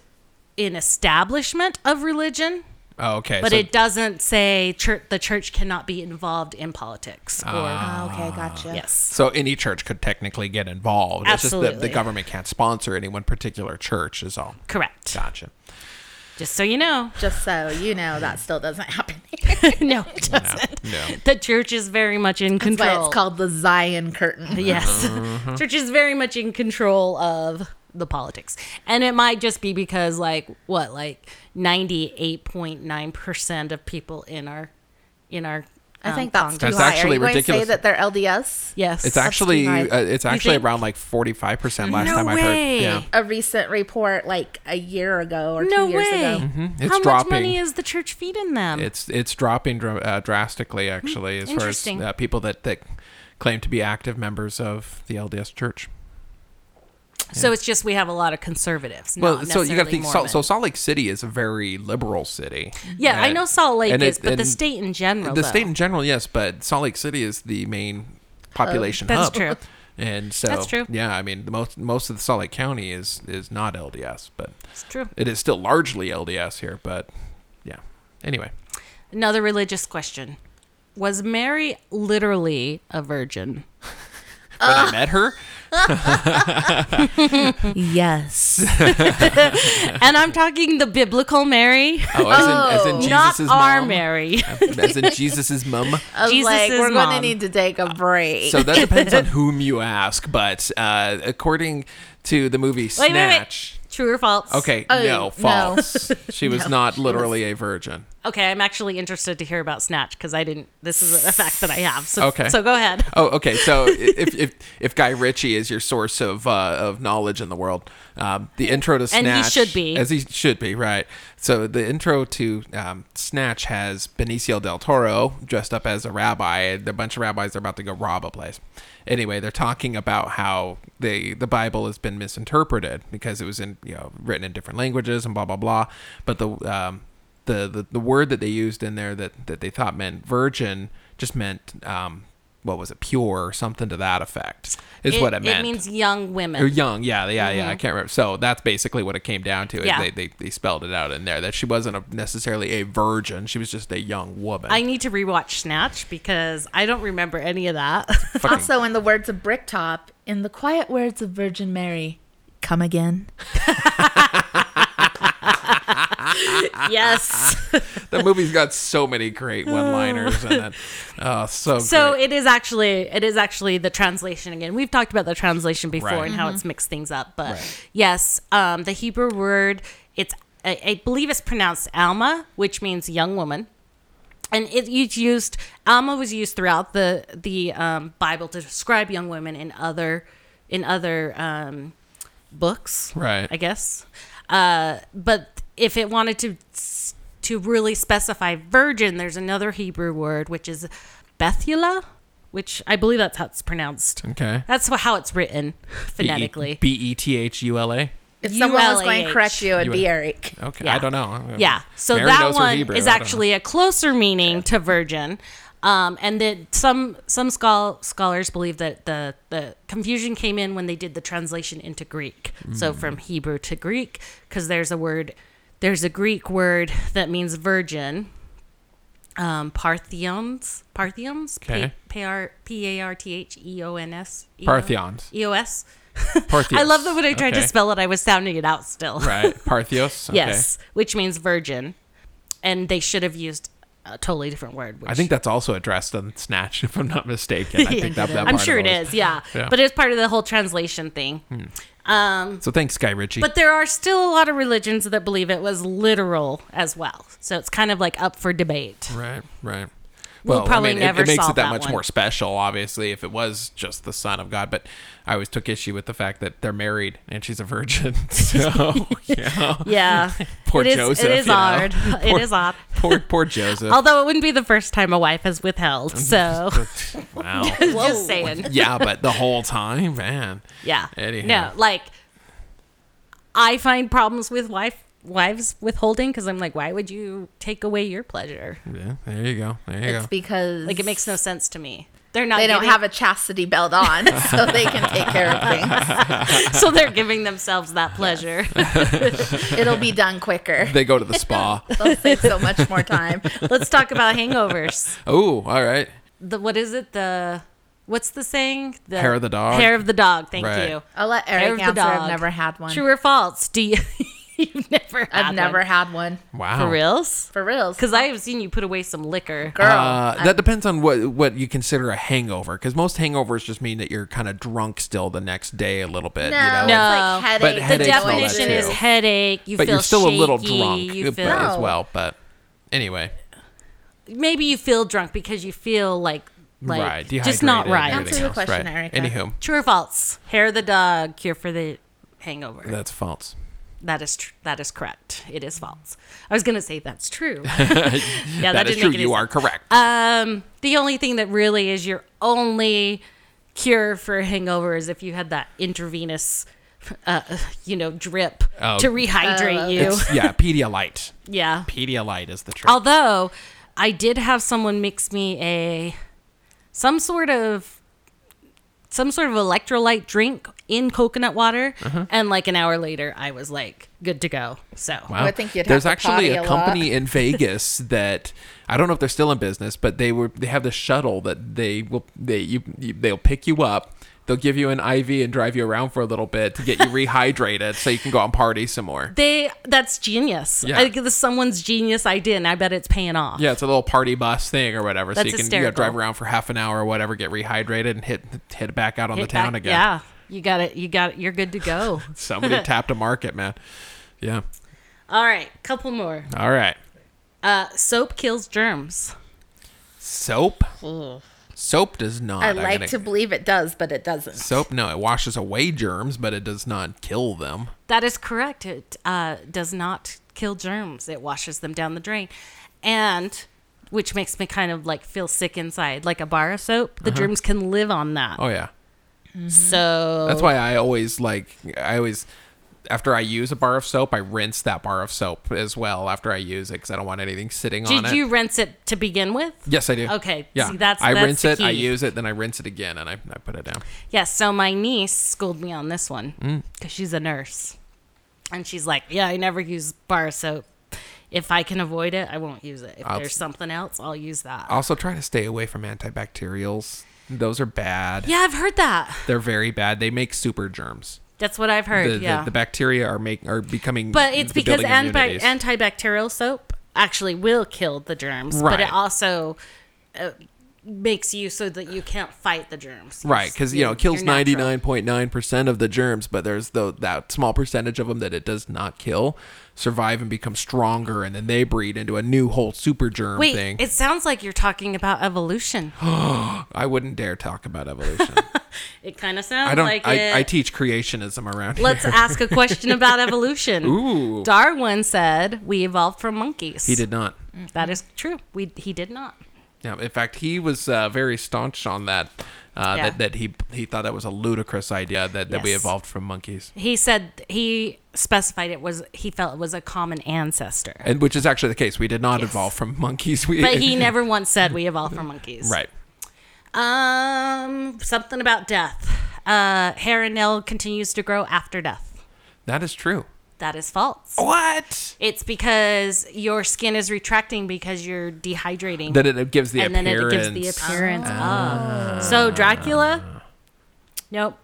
in establishment of religion, oh, okay. but so- it doesn't say church, the church cannot be involved in politics. Or, Ah. Oh, okay, gotcha. yes, so any church could technically get involved. It's just that Absolutely. the government can't sponsor any one particular church. Is all. correct. Gotcha. Just so you know, Just so you know, Hmm. that still doesn't happen. Here. no, it doesn't. No. the church is very much in That's control. why it's called the Zion curtain. Yes. Uh-huh. Church is very much in control of the politics. And it might just be because, like, what, like 98.9% of people in our, in our, I um, think that's Congress- too That's high. Are actually you going to say ridiculous. that they're LDS? Yes. It's actually nice. uh, it's actually think? around like forty five percent last No time I way. heard. Yeah, A recent report, like a year ago or no two years way. Mm-hmm. ago. Mm-hmm. it's How much dropping. money is the church feeding them? it's it's dropping dr- uh, drastically actually as far as Hmm. Interesting. uh, people that that claim to be active members of the LDS Church. So it's just we have a lot of conservatives. not Well, so you got necessarily to think. Salt, so Mormon. Salt Lake City is a very liberal city. yeah, I And- know Salt Lake and is, it- but the and- state in general. the though. state in general, yes, but Salt Lake City is the main population Oh, That's hub. true. And so That's true. Yeah, I mean, the most most of the Salt Lake County is is not LDS, but It's true. it is still largely LDS here. But yeah, anyway, Another religious question. Was Mary literally a virgin? Ah. when I met her, Yes. and I'm talking the biblical Mary, Oh, as in, as in Jesus' not our mom. Mary. As in Jesus' mum. I was Jesus' like, we're gonna mom. need to take a break. So that depends on whom you ask, but uh, according to the movie Wait, wait, wait. Snatch. True or false? Okay, Oh, no, no. false. She was No, not she literally a virgin. Okay, I'm actually interested to hear about Snatch because I didn't. This is a fact that I have. So, Okay. So go ahead. Oh, okay. So i- if if, if Guy Ritchie is your source of uh, of knowledge in the world, um, the intro to Snatch And he should be. as he should be right. So the intro to um, Snatch has Benicio del Toro dressed up as a rabbi, and a bunch of rabbis are about to go rob a place. Anyway, they're talking about how the the Bible has been misinterpreted because it was in you know written in different languages and blah blah blah. But the um, the, the, the word that they used in there that, that they thought meant virgin just meant um, what was it pure or something to that effect is what it meant Oh, It means young women. or young yeah yeah yeah i can't remember so that's basically what it came down to is Mm-hmm. Yeah. they, they, they spelled it out in there that she wasn't a, necessarily a virgin she was just a young woman I need to rewatch Snatch because I don't remember any of that. Fucking- also, in the words of Bricktop, in the quiet words of Virgin Mary, come again. yes. that movie's got so many great one-liners in it oh so So great. it is actually it is actually the translation again. We've talked about the translation before Right. and how it's mixed things up, but yes, um, the Hebrew word it's I, I believe it's pronounced Alma, which means young woman. And it, it's used Alma was used throughout the the um, Bible to describe young women in other in other um, books, Right. I guess. Uh, but if it wanted to s- to really specify virgin, there's another Hebrew word which is Bethula, which I believe that's how it's pronounced. okay E That's wh- how it's written phonetically. b-e-t-h-u-l-a If someone was ULAH. going to correct you, it'd be ULAH. Eric. okay i Yeah. don't know yeah. So Mary that knows her one Hebrew, is I don't know. actually a closer meaning to virgin. Um, and that some some schol- scholars believe that the, the confusion came in when they did the translation into Greek. So Hmm. from Hebrew to Greek, because there's a word, there's a Greek word that means virgin. Um, Parthions, Parthions, Okay. P A R T H E O N S, Parthions. E O S. Parthios. I love that when I tried Okay. to spell it, I was sounding it out still. right Parthios. Okay. Yes, which means virgin, and they should have used a totally different word. Which I think that's also addressed in Snatch, if I'm not mistaken. I think that, that I'm part sure of it is. Yeah. Yeah. Hmm. but it's part of the whole translation thing. Um, So thanks, Guy Ritchie. but there are still a lot of religions that believe it was literal as well. So it's kind of like up for debate. right, right. We'll probably it- never it, makes it solve that, that much one. more special, obviously, if it was just the Son of God. But I always took issue with the fact that they're married and she's a virgin. So, you know, Yeah, Poor it is, Joseph, It is you know. odd. Poor- It is odd. poor, poor Joseph. Although it wouldn't be the first time a wife has withheld. So wow. just saying. yeah, but the whole time, man. Yeah. No, Anyhow. like I find problems with wife wives withholding because I'm like, why would you take away your pleasure? Yeah, there you go. There you It's go. because Like it makes no sense to me. They're not. they don't getting- have a chastity belt on, so they can take care of so they're giving themselves that pleasure. things. It'll be done quicker. They go to the spa. They'll save so much more time. Let's talk about hangovers. oh, all right. The what is it? The what's the saying? The Hair of the dog. Hair of the dog. Thank Right. you. I'll let Hair of Eric the answer. dog. I've never had one. True or false? Do you? You've never. Had I've never one. had one. Wow. For reals? For reals. Because I have seen you put away some liquor. girl. Uh, I- that depends on what what you consider a hangover, because most hangovers just mean that you're kind of drunk still the next day a little bit. no, you know? it's No. like headache. But The headaches and all that definition too. is headache. You but feel you're still a little shaky, drunk You but- feel as No. well. But anyway, maybe you feel drunk because you feel like like right, just not dehydrated and right. everything Answer the else, question, right. Erica. Anywho, True or false? Hair of the dog cure for the hangover. that's false. that is tr- that is correct. It is false. I was gonna say that's true. yeah, that, that is didn't true. Make any You are sense. correct. Um, the only thing that really is your only cure for a hangover is if you had that intravenous, uh, you know, drip Oh. to rehydrate Oh, you. It's- yeah, Pedialyte. Yeah. Pedialyte is the truth. Although I did have someone mix me a some sort of some sort of electrolyte drink in coconut water, Uh-huh. and like an hour later, I was like good to go. So Wow. would think you'd have There's to actually potty a a company in Vegas that I don't know if they're still in business, but they were they have this shuttle that they will they you, you they'll pick you up, They'll give you an IV and drive you around for a little bit to get you rehydrated so you can go out and party some more. They that's genius. Yeah. I think this is someone's genius idea, and I bet it's paying off. Yeah, it's a little party bus thing or whatever. so That's you can you know, drive hysterical. around for half an hour or whatever, get rehydrated and hit hit back out on Hit the town back- again. Yeah, you got it. You got it. You're good to go. Somebody tapped a market, man. Yeah. All right, couple more. All right. Uh, soap kills germs. Soap. Soap does not. I I'm like gonna- to believe it does, but it doesn't. Soap, no, it washes away germs, but it does not kill them. That is correct. It uh, does not kill germs. It washes them down the drain, and which makes me kind of like feel sick inside, like a bar of soap. Uh-huh. The germs can live on that. Oh yeah, So that's why I always like. I always after I use a bar of soap, I rinse that bar of soap as well after I use it because I don't want anything sitting on did it. you rinse it to begin with? Yes, I do. Okay, Yeah, see, that's- I that's rinse the it, I key. use it, then I rinse it again, and I, I put it down. Yes, so my niece schooled me on this one Mm. because she's a nurse. And she's like, Yeah, I never use bar soap. If I can avoid it, I won't use it. If I'll- there's something else, I'll use that. Also, try to stay away from antibacterials. Those are bad. yeah, I've heard that. They're very bad. They make super germs. That's what I've The, heard. the- yeah. the, bacteria are make are becoming. but it's because building anti- immunities. antibacterial soap actually will kill the germs, but Right. it also uh, makes you so that you can't fight the germs. You're Right, s- because you know you're- it kills you're natural. ninety nine point nine percent of the germs, but there's the, that small percentage of them that it does not kill, survive and become stronger, and then they breed into a new whole super germ Wait, thing. it sounds like you're talking about evolution. I wouldn't dare talk about evolution. it kind of sounds I don't. like it. I, I teach creationism around Let's here. ask a question about evolution. Ooh. Darwin said we evolved from monkeys. He did not. That is true. We he did not. Yeah, in fact, he was uh, very staunch on that. Uh, Yeah. That that he he thought that was a ludicrous idea that, that we Yes. evolved from monkeys, He said he specified it was he felt it was a common ancestor. and which is actually the case. We did not Yes. evolve from monkeys. We But he never once said we evolved from monkeys. right. Um something about death. Uh hair and nail continues to grow after death. That is true. That is false. What? It's because your skin is retracting because you're dehydrating. That it gives the and then appearance. it gives the appearance Ah. of. So Dracula, nope,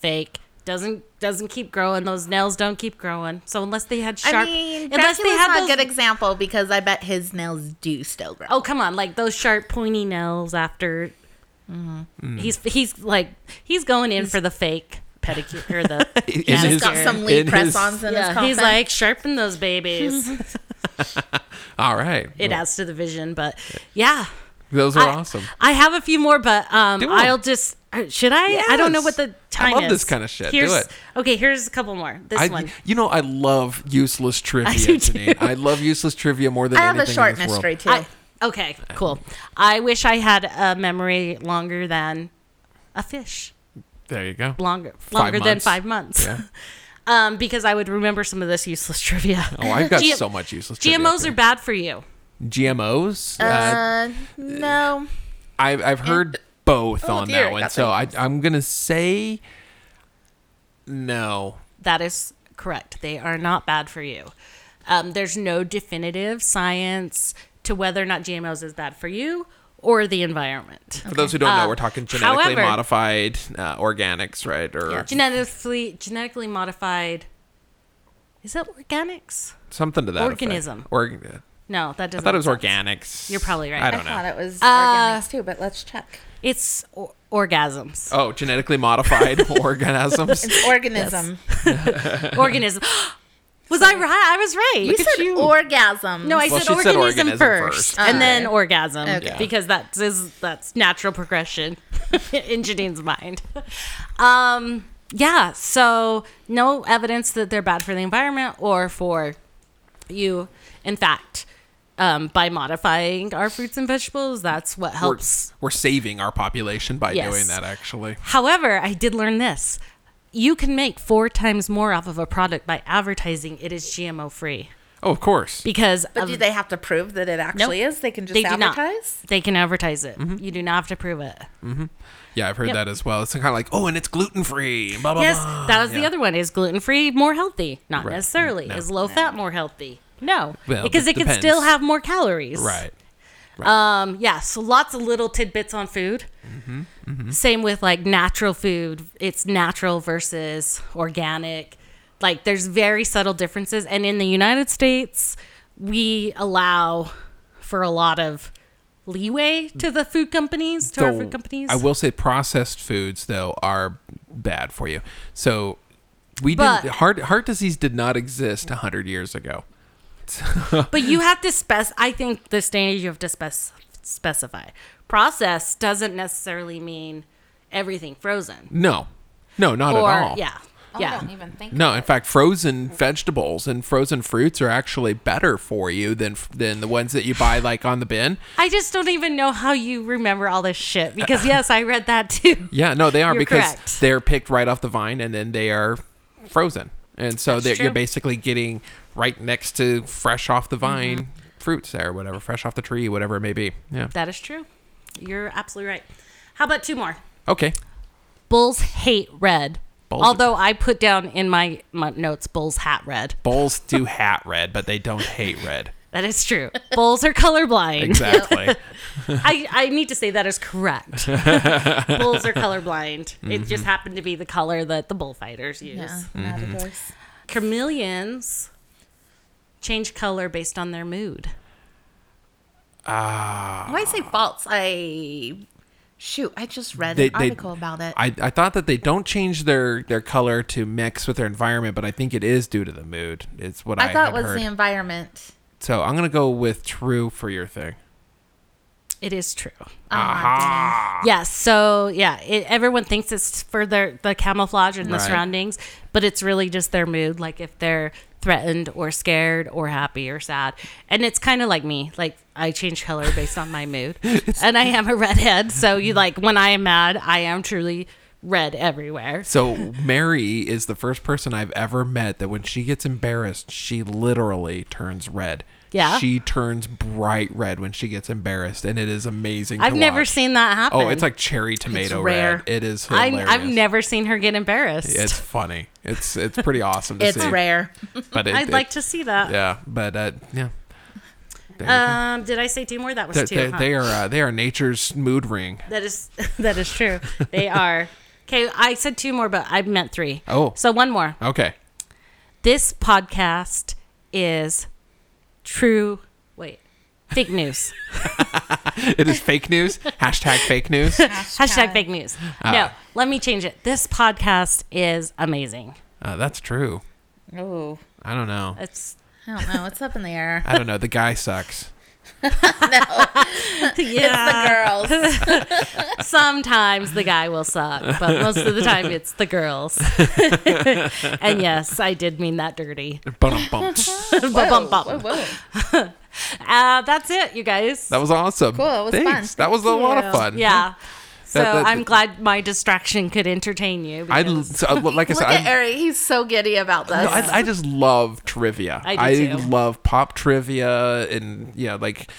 fake. Doesn't doesn't keep growing. Those nails don't keep growing. So unless they had sharp, I mean, unless Dracula's they had not those, a good example because I bet his nails do still grow. oh come on, like those sharp pointy nails after. Mm-hmm. He's he's like he's going in for the fake pedicure or the. In Yeah, he's his- got some in lead his- press-ons in his yeah, he's coffin. like sharpen those babies. All right. It adds to the vision, but yeah, Those are I- awesome. I have a few more, but um, Do 'em. I'll just uh, should I? I don't know Yes. what the I time love is. this kinda shit. Do Here's, it. Okay, here's a couple more. This I, one. you know, I love useless trivia, do too. Janine. I love useless trivia more than I have a anything short in this mystery world. too. I- okay, cool. I wish I had a memory longer than a fish. There you go. Longer, longer than months. five months. Yeah. um, because I would remember some of this useless trivia. Oh, I've got G- so much useless trivia up GMOs here. are bad for you. GMOs. uh, uh, no. I, I've heard both Oh, on dear, that I one, got so I, I'm gonna say no. That is correct. They are not bad for you. Um, there's no definitive science to whether or not GMOs is bad for you or the environment. For those who don't know, Uh, we're talking genetically however- modified uh, organics, right? Or Yeah. Genetically genetically modified. Is that organics? something to that effect. Organism. Org- No, that I doesn't. thought it was make sense. organics. You're probably right. I I don't know. it Uh, was organics too, but let's check. It's or- orgasms. Oh, genetically modified organisms. Organism. Organism. was I right? I was right. You said orgasm. no, I Well, said, she organism said organism first, first. and then Okay. orgasm, Okay. because that's is that's natural progression in Janine's mind. Um, yeah, so no evidence that they're bad for the environment or for you. In fact, um, by modifying our fruits and vegetables, that's what We're, helps. we're saving our population by Yes. doing that, actually. However, I did learn this: you can make four times more off of a product by advertising it is GMO free Oh, of course. because But of do they have to prove that it actually Nope. is? They can just they do advertise. Mm-hmm. not. They can advertise it. You do not have to prove it. Yeah, I've heard Yep. that as well. It's kind of like, oh, and it's gluten free. Blah blah Yes, blah. that was Oh. Yeah. the other one. Is gluten free more healthy? Not Right. necessarily. No. Is low fat more healthy? No, Well, because it it can still depends. have more calories. Right. Um, yeah, so lots of little tidbits on food. Mm-hmm. Same with like natural food. It's natural versus organic. Like there's very subtle differences. And in the United States, we allow for a lot of leeway to the food companies, to our So, food companies. I will say processed foods though are bad for you. So we But- didn't heart heart disease did not exist hundred years ago. But you have to spec. I think this day and age you have to spec- specify. Process doesn't necessarily mean everything frozen. No, no, not or at all. yeah, I Oh, yeah. don't even think. No, in fact, frozen vegetables and frozen fruits are actually better for you than than the ones that you buy like on the bin. I just don't even know how you remember all this shit because yes, I read that too. Yeah, no, they are You're because correct. they're picked right off the vine and then they are frozen, and so they're, you're true. Mm-hmm. basically getting right next to fresh off the vine fruits there, whatever, fresh off the tree, whatever it may be. Yeah. That is true. You're absolutely right. How about two more? Okay. Bulls hate red. Bulls- Although I put down in my, my notes, bulls hat red. Bulls do hat red, but they don't hate red. That is true. Bulls are colorblind. Exactly. I, I need to say that is correct. Bulls are colorblind. It just happened to be the color that the bullfighters use. Yeah, Mm-hmm. matadors. Chameleons change color based on their mood. Why say false? I shoot, I just read They- an they- article about it. I, I thought that they don't change their, their color to mix with their environment, but I think it is due to the mood. It's what I, I thought had it was heard. the environment. so I'm gonna go with true for your thing. Ah. It is true. Aha. Yes. So yeah, it, everyone thinks it's for their the camouflage and the Right. surroundings, but it's really just their mood. Like if they're threatened or scared or happy or sad, and it's kind of like me. Like I change color based on my mood, and I am a redhead. So you like when I am mad, I am truly red everywhere. So Mary is the first person I've ever met that when she gets embarrassed, she literally turns red. Yeah. She turns bright red when she gets embarrassed, and it is amazing. I've to never watch. seen that happen. Oh, it's like cherry tomato rare. red. It is I, hilarious. I've never seen her get embarrassed. It's funny. It's it's pretty awesome to It's see. rare. But it, I'd it- like to see that. Yeah, but uh, yeah. There you go. Um, did I say two more? That was They're- two. they, huh? they are uh, they are nature's mood ring. That is that is true. They are. Okay, I said two more, but I meant three. Oh. So one more. Okay. This podcast is true wait. Fake news. It is fake news. Hashtag fake news. Hashtag fake news. no, let me change it. This podcast is amazing. Uh, that's true. Oh, I don't know. It's I don't know. It's up in the air. I don't know. The guy sucks. yeah. The girls. Sometimes the guy will suck, but most of the time it's the girls. and yes, I did mean that dirty. Ba-dum-bum. Bum, bum, bum. Whoa, whoa. Uh, that's it, you guys. That was awesome. Cool, it was fun. Thanks. That was a Thank lot of you. fun. Yeah. So that- I'm glad my distraction could entertain you. I l- because- so, uh, like I Look said. at I, Eric. He's so giddy about this. no, I, I just love trivia. I do too. love pop trivia and yeah, like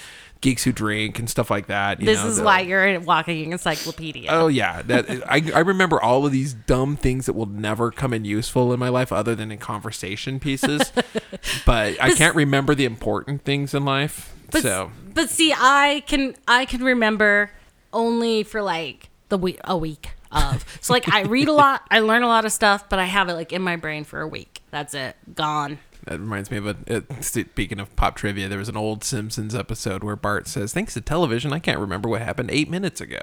geeks who drink and stuff like that. you this know, is the- why you're a walking encyclopedia. Oh yeah, that I, I remember all of these dumb things that will never come in useful in my life other than in conversation pieces, but I can't remember the important things in life. but, so but see, I can I can remember only for like the week a week of. So like I read a lot, I learn a lot of stuff, but I have it like in my brain for a week. That's it. Gone. that reminds me of a uh, speaking of pop trivia. There was an old Simpsons episode where Bart says, "Thanks to television, I can't remember what happened eight minutes ago."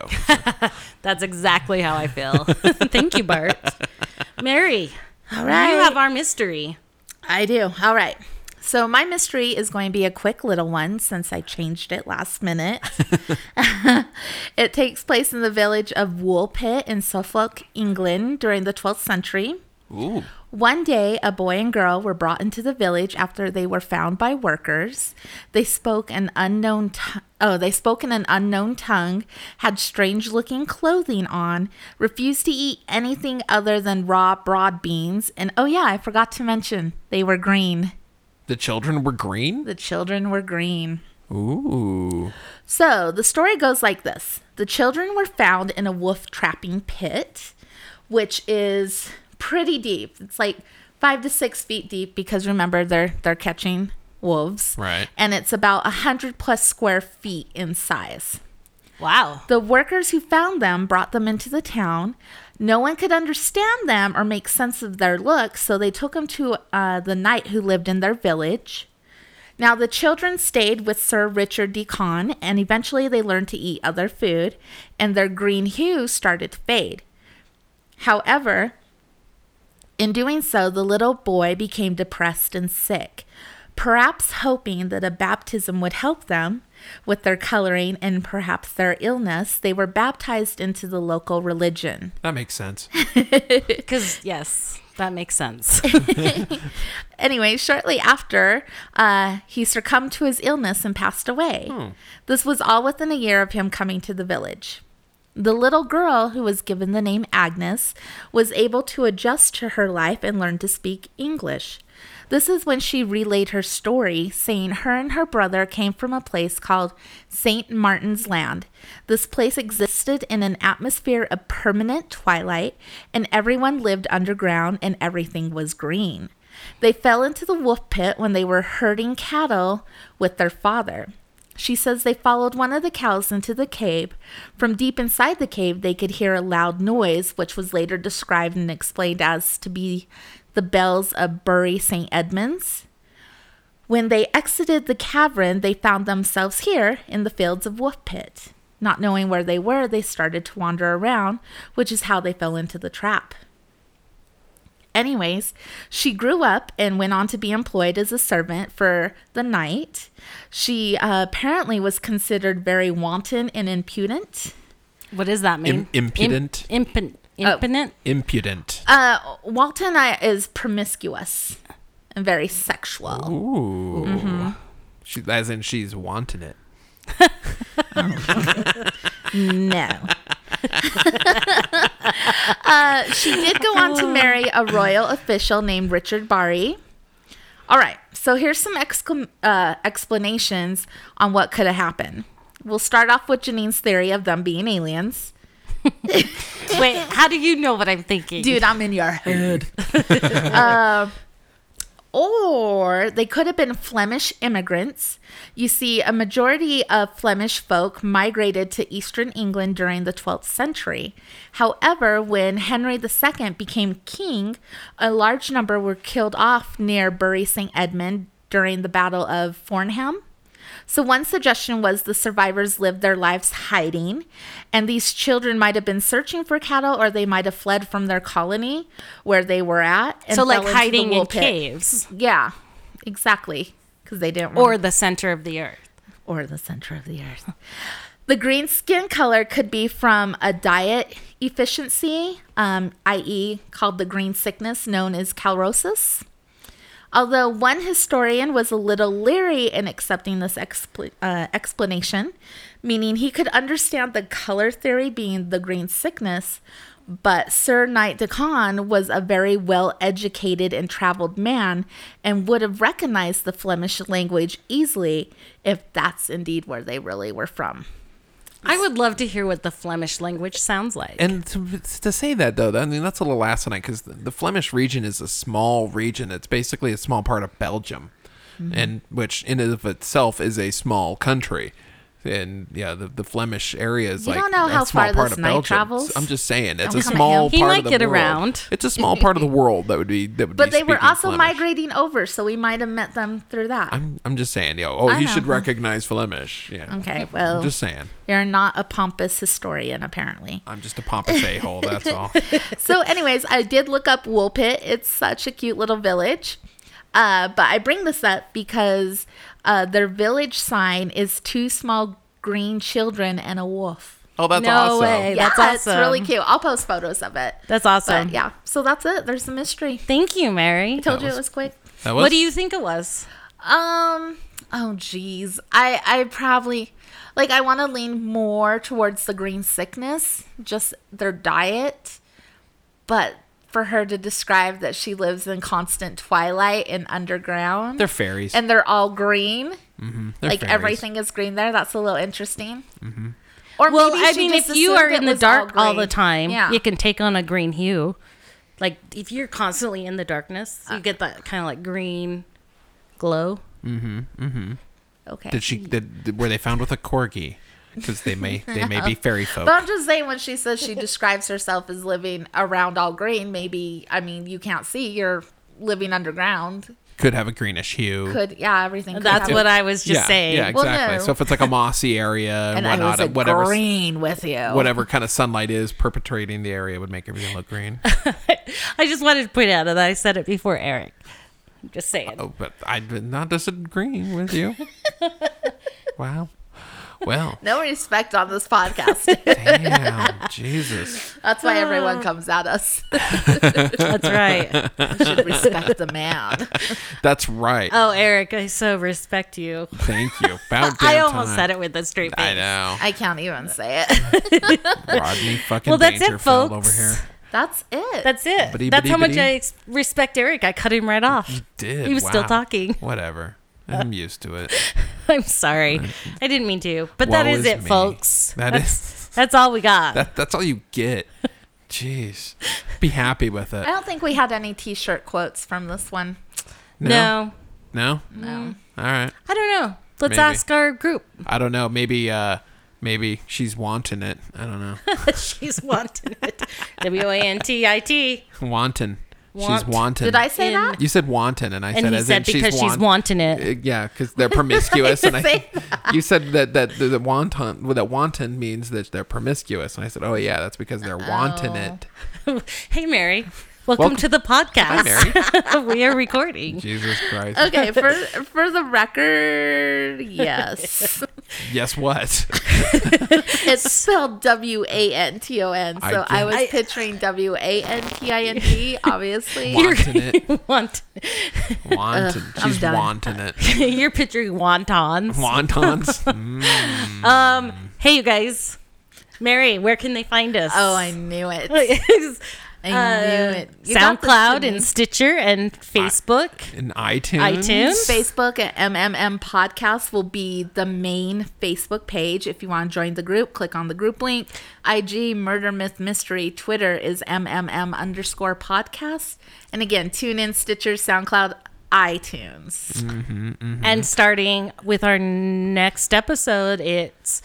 That's exactly how I feel. Thank you, Bart. Mary, All you right. have our mystery. I do. All right. So my mystery is going to be a quick little one since I changed it last minute. it takes place in the village of Woolpit in Suffolk, England during the 12th century. Ooh, One day, a boy and girl were brought into the village after they were found by workers. They spoke an unknown t- oh, they spoke in an unknown tongue, had strange-looking clothing on, refused to eat anything other than raw broad beans, and oh yeah, I forgot to mention, they were green. the children were green. The children were green. Ooh, So the story goes like this The children were found in a wolf trapping pit, which is pretty deep. It's like five to six feet deep because remember they're they're catching wolves. Right. And it's about a 100 plus square feet in size. Wow. The workers who found them brought them into the town. No one could understand them or make sense of their looks, so they took them to uh, the knight who lived in their village. Now, the children stayed with Sir Richard de Con, and eventually they learned to eat other food, and their green hue started to fade. However, in doing so, the little boy became depressed and sick, perhaps hoping that a baptism would help them with their coloring and perhaps their illness. They were baptized into the local religion. That makes sense. Because, yes, that makes sense. Anyway, shortly after, uh, he succumbed to his illness and passed away. This was all within a year of him coming to the village. The little girl, who was given the name Agnes, was able to adjust to her life and learn to speak English. This is when she relayed her story, saying her and her brother came from a place called St. Martin's Land. This place existed in an atmosphere of permanent twilight, and everyone lived underground and everything was green. They fell into the wolf pit when they were herding cattle with their father. She says they followed one of the cows into the cave. From deep inside the cave, they could hear a loud noise, which was later described and explained as to be the bells of Bury St. Edmunds. When they exited the cavern, they found themselves here in the fields of Wolf Pit. Not knowing where they were, they started to wander around, which is how they fell into the trap. Anyways, she grew up and went on to be employed as a servant for the night. She uh, apparently was considered very wanton and impudent. What does that mean? Im- impudent. Imp- impen- impudent? Impudent. Uh, Walton I, is promiscuous and very sexual. Ooh. She, as in, she's wanting it. No. uh, she did go on to marry a royal official named Richard Barry. All right, so here's some exclam- uh, explanations on what could have happened. We'll start off with Janine's theory of them being aliens. Wait, how do you know what I'm thinking? Dude, I'm in your head. or they could have been Flemish immigrants. You see, a majority of Flemish folk migrated to eastern England during the 12th century. However, when Henry II became king, a large number were killed off near Bury St. Edmund during the Battle of Fornham. So, one suggestion was the survivors lived their lives hiding, and these children might have been searching for cattle or they might have fled from their colony where they were at. And so, like fell into the hiding in wool pit. caves Yeah, exactly. Because they didn't or want the center of the earth. or the center of the earth. The green skin color could be from a diet efficiency, um, i.e., called the green sickness, known as calrosis. Although one historian was a little leery in accepting this expl- uh, explanation, meaning he could understand the color theory being the green sickness, but Sir Knight de Con was a very well educated and traveled man and would have recognized the Flemish language easily if that's indeed where they really were from. I would love to hear what the Flemish language sounds like. And to, to say that though, I mean that's a little asinine because the, the Flemish region is a small region. It's basically a small part of Belgium, Mm-hmm. and which in and of itself is a small country. And yeah, the, the Flemish area is You like don't know a how small far part this of knight Belgium. travels. Oh I'm just saying, it's Don't a come at small him. He part might of the get world. around. It's a small part of the world that would be that would. But be they were speaking also Flemish. migrating over, so we might have met them through that. I'm, I'm just saying, yo. Oh, I you know. should recognize Flemish. Yeah. okay, I'm well, just saying. you're not a pompous historian, apparently. I'm just a pompous a hole. That's all. so, anyways, I did look up Woolpit. It's such a cute little village. Uh, but I bring this up because uh, their village sign is two small green children and a wolf. Oh, that's No awesome. way. Hey, that's It's awesome. really cute. I'll post photos of it. That's awesome. But yeah, so that's it. There's the mystery. Thank you, Mary. That Told you was- it was quick. That was What do you think it was? Um. Oh, geez. I I probably like I want to lean more towards the green sickness, just their diet. But for her to describe that she lives in constant twilight and underground, They're fairies. and they're all green, They're like fairies. everything is green there. That's a little interesting. Mm-hmm. Or Well, maybe I she mean, just if you assumed are it in the was all dark all, the green. time, yeah, you can take on a green hue. Uh. Like if you're constantly in the darkness, you get that kind of like green glow. Mm-hmm. Mm-hmm. Okay. Did she? Did, did- were they found with a corgi? Because they may they may be fairy folk. but I'm just saying, when she says she describes herself as living around all green, maybe I mean you can't see you're living underground. Could have a greenish hue. Could yeah, everything. Could That's happen. what I was just yeah, saying. Yeah, Well, exactly. no. So if it's like a mossy area and, and I whatnot, was like, and whatever green with you. whatever kind of sunlight is perpetrating the area would make everything look green. I just wanted to point out that I said it before Eric. I'm just saying. Oh, but I'm not disagreeing with you. wow. Well, No respect on this podcast. damn, Jesus. That's why everyone comes at us. That's right. We should respect the man. That's right. Oh, Eric, I so respect you. Thank you. About I damn almost time. said it with a straight face. I know. I can't even say it. Rodney fucking Well, that's it, Dangerfield folks. over here. That's it. That's it. Bitty, That's bitty, how much bitty. I ex- respect Eric. I cut him right Mm-hmm. off. Did He was still wow. talking. Whatever. I'm used to it. I'm sorry. I didn't mean to. But that Woe is is it, me. folks. That that's, that's all we got. That that's all you get. Jeez. Be happy with it. Uh, I don't think we had any T-shirt quotes from this one. no. No? No. All right. I don't know. Let's Maybe. ask our group. I don't know. Maybe uh maybe she's wanting it. I don't know. She's wanting it. W A N T I T. wanton. She's Want. wanton. Did I say In- that? You said wanton and I And said he as said in because she's, want- wanting Uh, it. yeah, because they're promiscuous, and I, say you said that that the, the wanton well, that wanton means that they're promiscuous, and I said, oh yeah, that's because they're Oh. wanting it. hey, Mary. Welcome, Welcome- to the podcast. we are recording. Jesus Christ! Okay, for for the record, yes, Yes, what? it's spelled W A N T O N. I So I, get was it. picturing W A N T I N T, obviously. You're- You're, Wanting you want, it. Wanton. I'm She's done. wanting it. you're picturing wontons. Wontons. Um, hey, you guys. Mary, where can they find us? oh, I knew it. I knew it. You got this, SoundCloud and Denise. Stitcher and Facebook. In iTunes. iTunes. Facebook at MMM Podcast will be the main Facebook page. If you want to join the group, click on the group link. IG Murder Myth Mystery. Twitter is MMM underscore podcast. And again, tune in Stitcher, SoundCloud, iTunes. And starting with our next episode, it's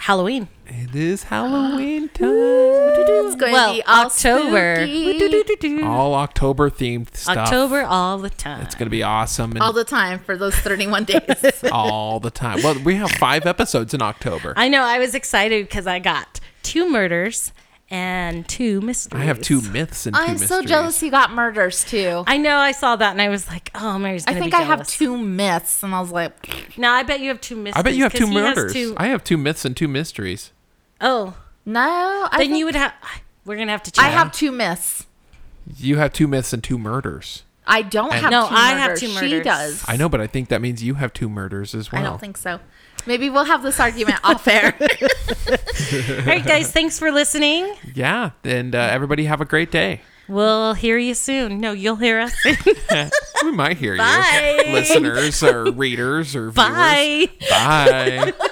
Halloween. It is Halloween time. It's going well, to be all October. spooky All October themed stuff. October all the time. It's gonna be awesome and all the time for those 31 days. all the time. Well, we have five episodes in October. I know. I was excited because I got two murders and two mysteries. I have two myths and 2 I'm mysteries. so jealous you got murders too. I know. I saw that and I was like, "Oh, Mary's." I Gonna think be I have jealous. two myths, and I was like, No, I bet you have two mysteries. I bet you have 'cause two he has murders. two- I have two myths and two mysteries. oh, no. I then think you would have. We're gonna have to. Change. I have two myths. You have two myths and two murders. I don't have No, two I murders. have two She murders. does. I know, but I think that means you have two murders as well. I don't think so. Maybe we'll have this argument off air. All right, guys. Thanks for listening. Yeah, and uh, everybody have a great day. We'll hear you soon. No, you'll hear us. We might hear Bye. you, listeners or readers or Bye. viewers. Bye.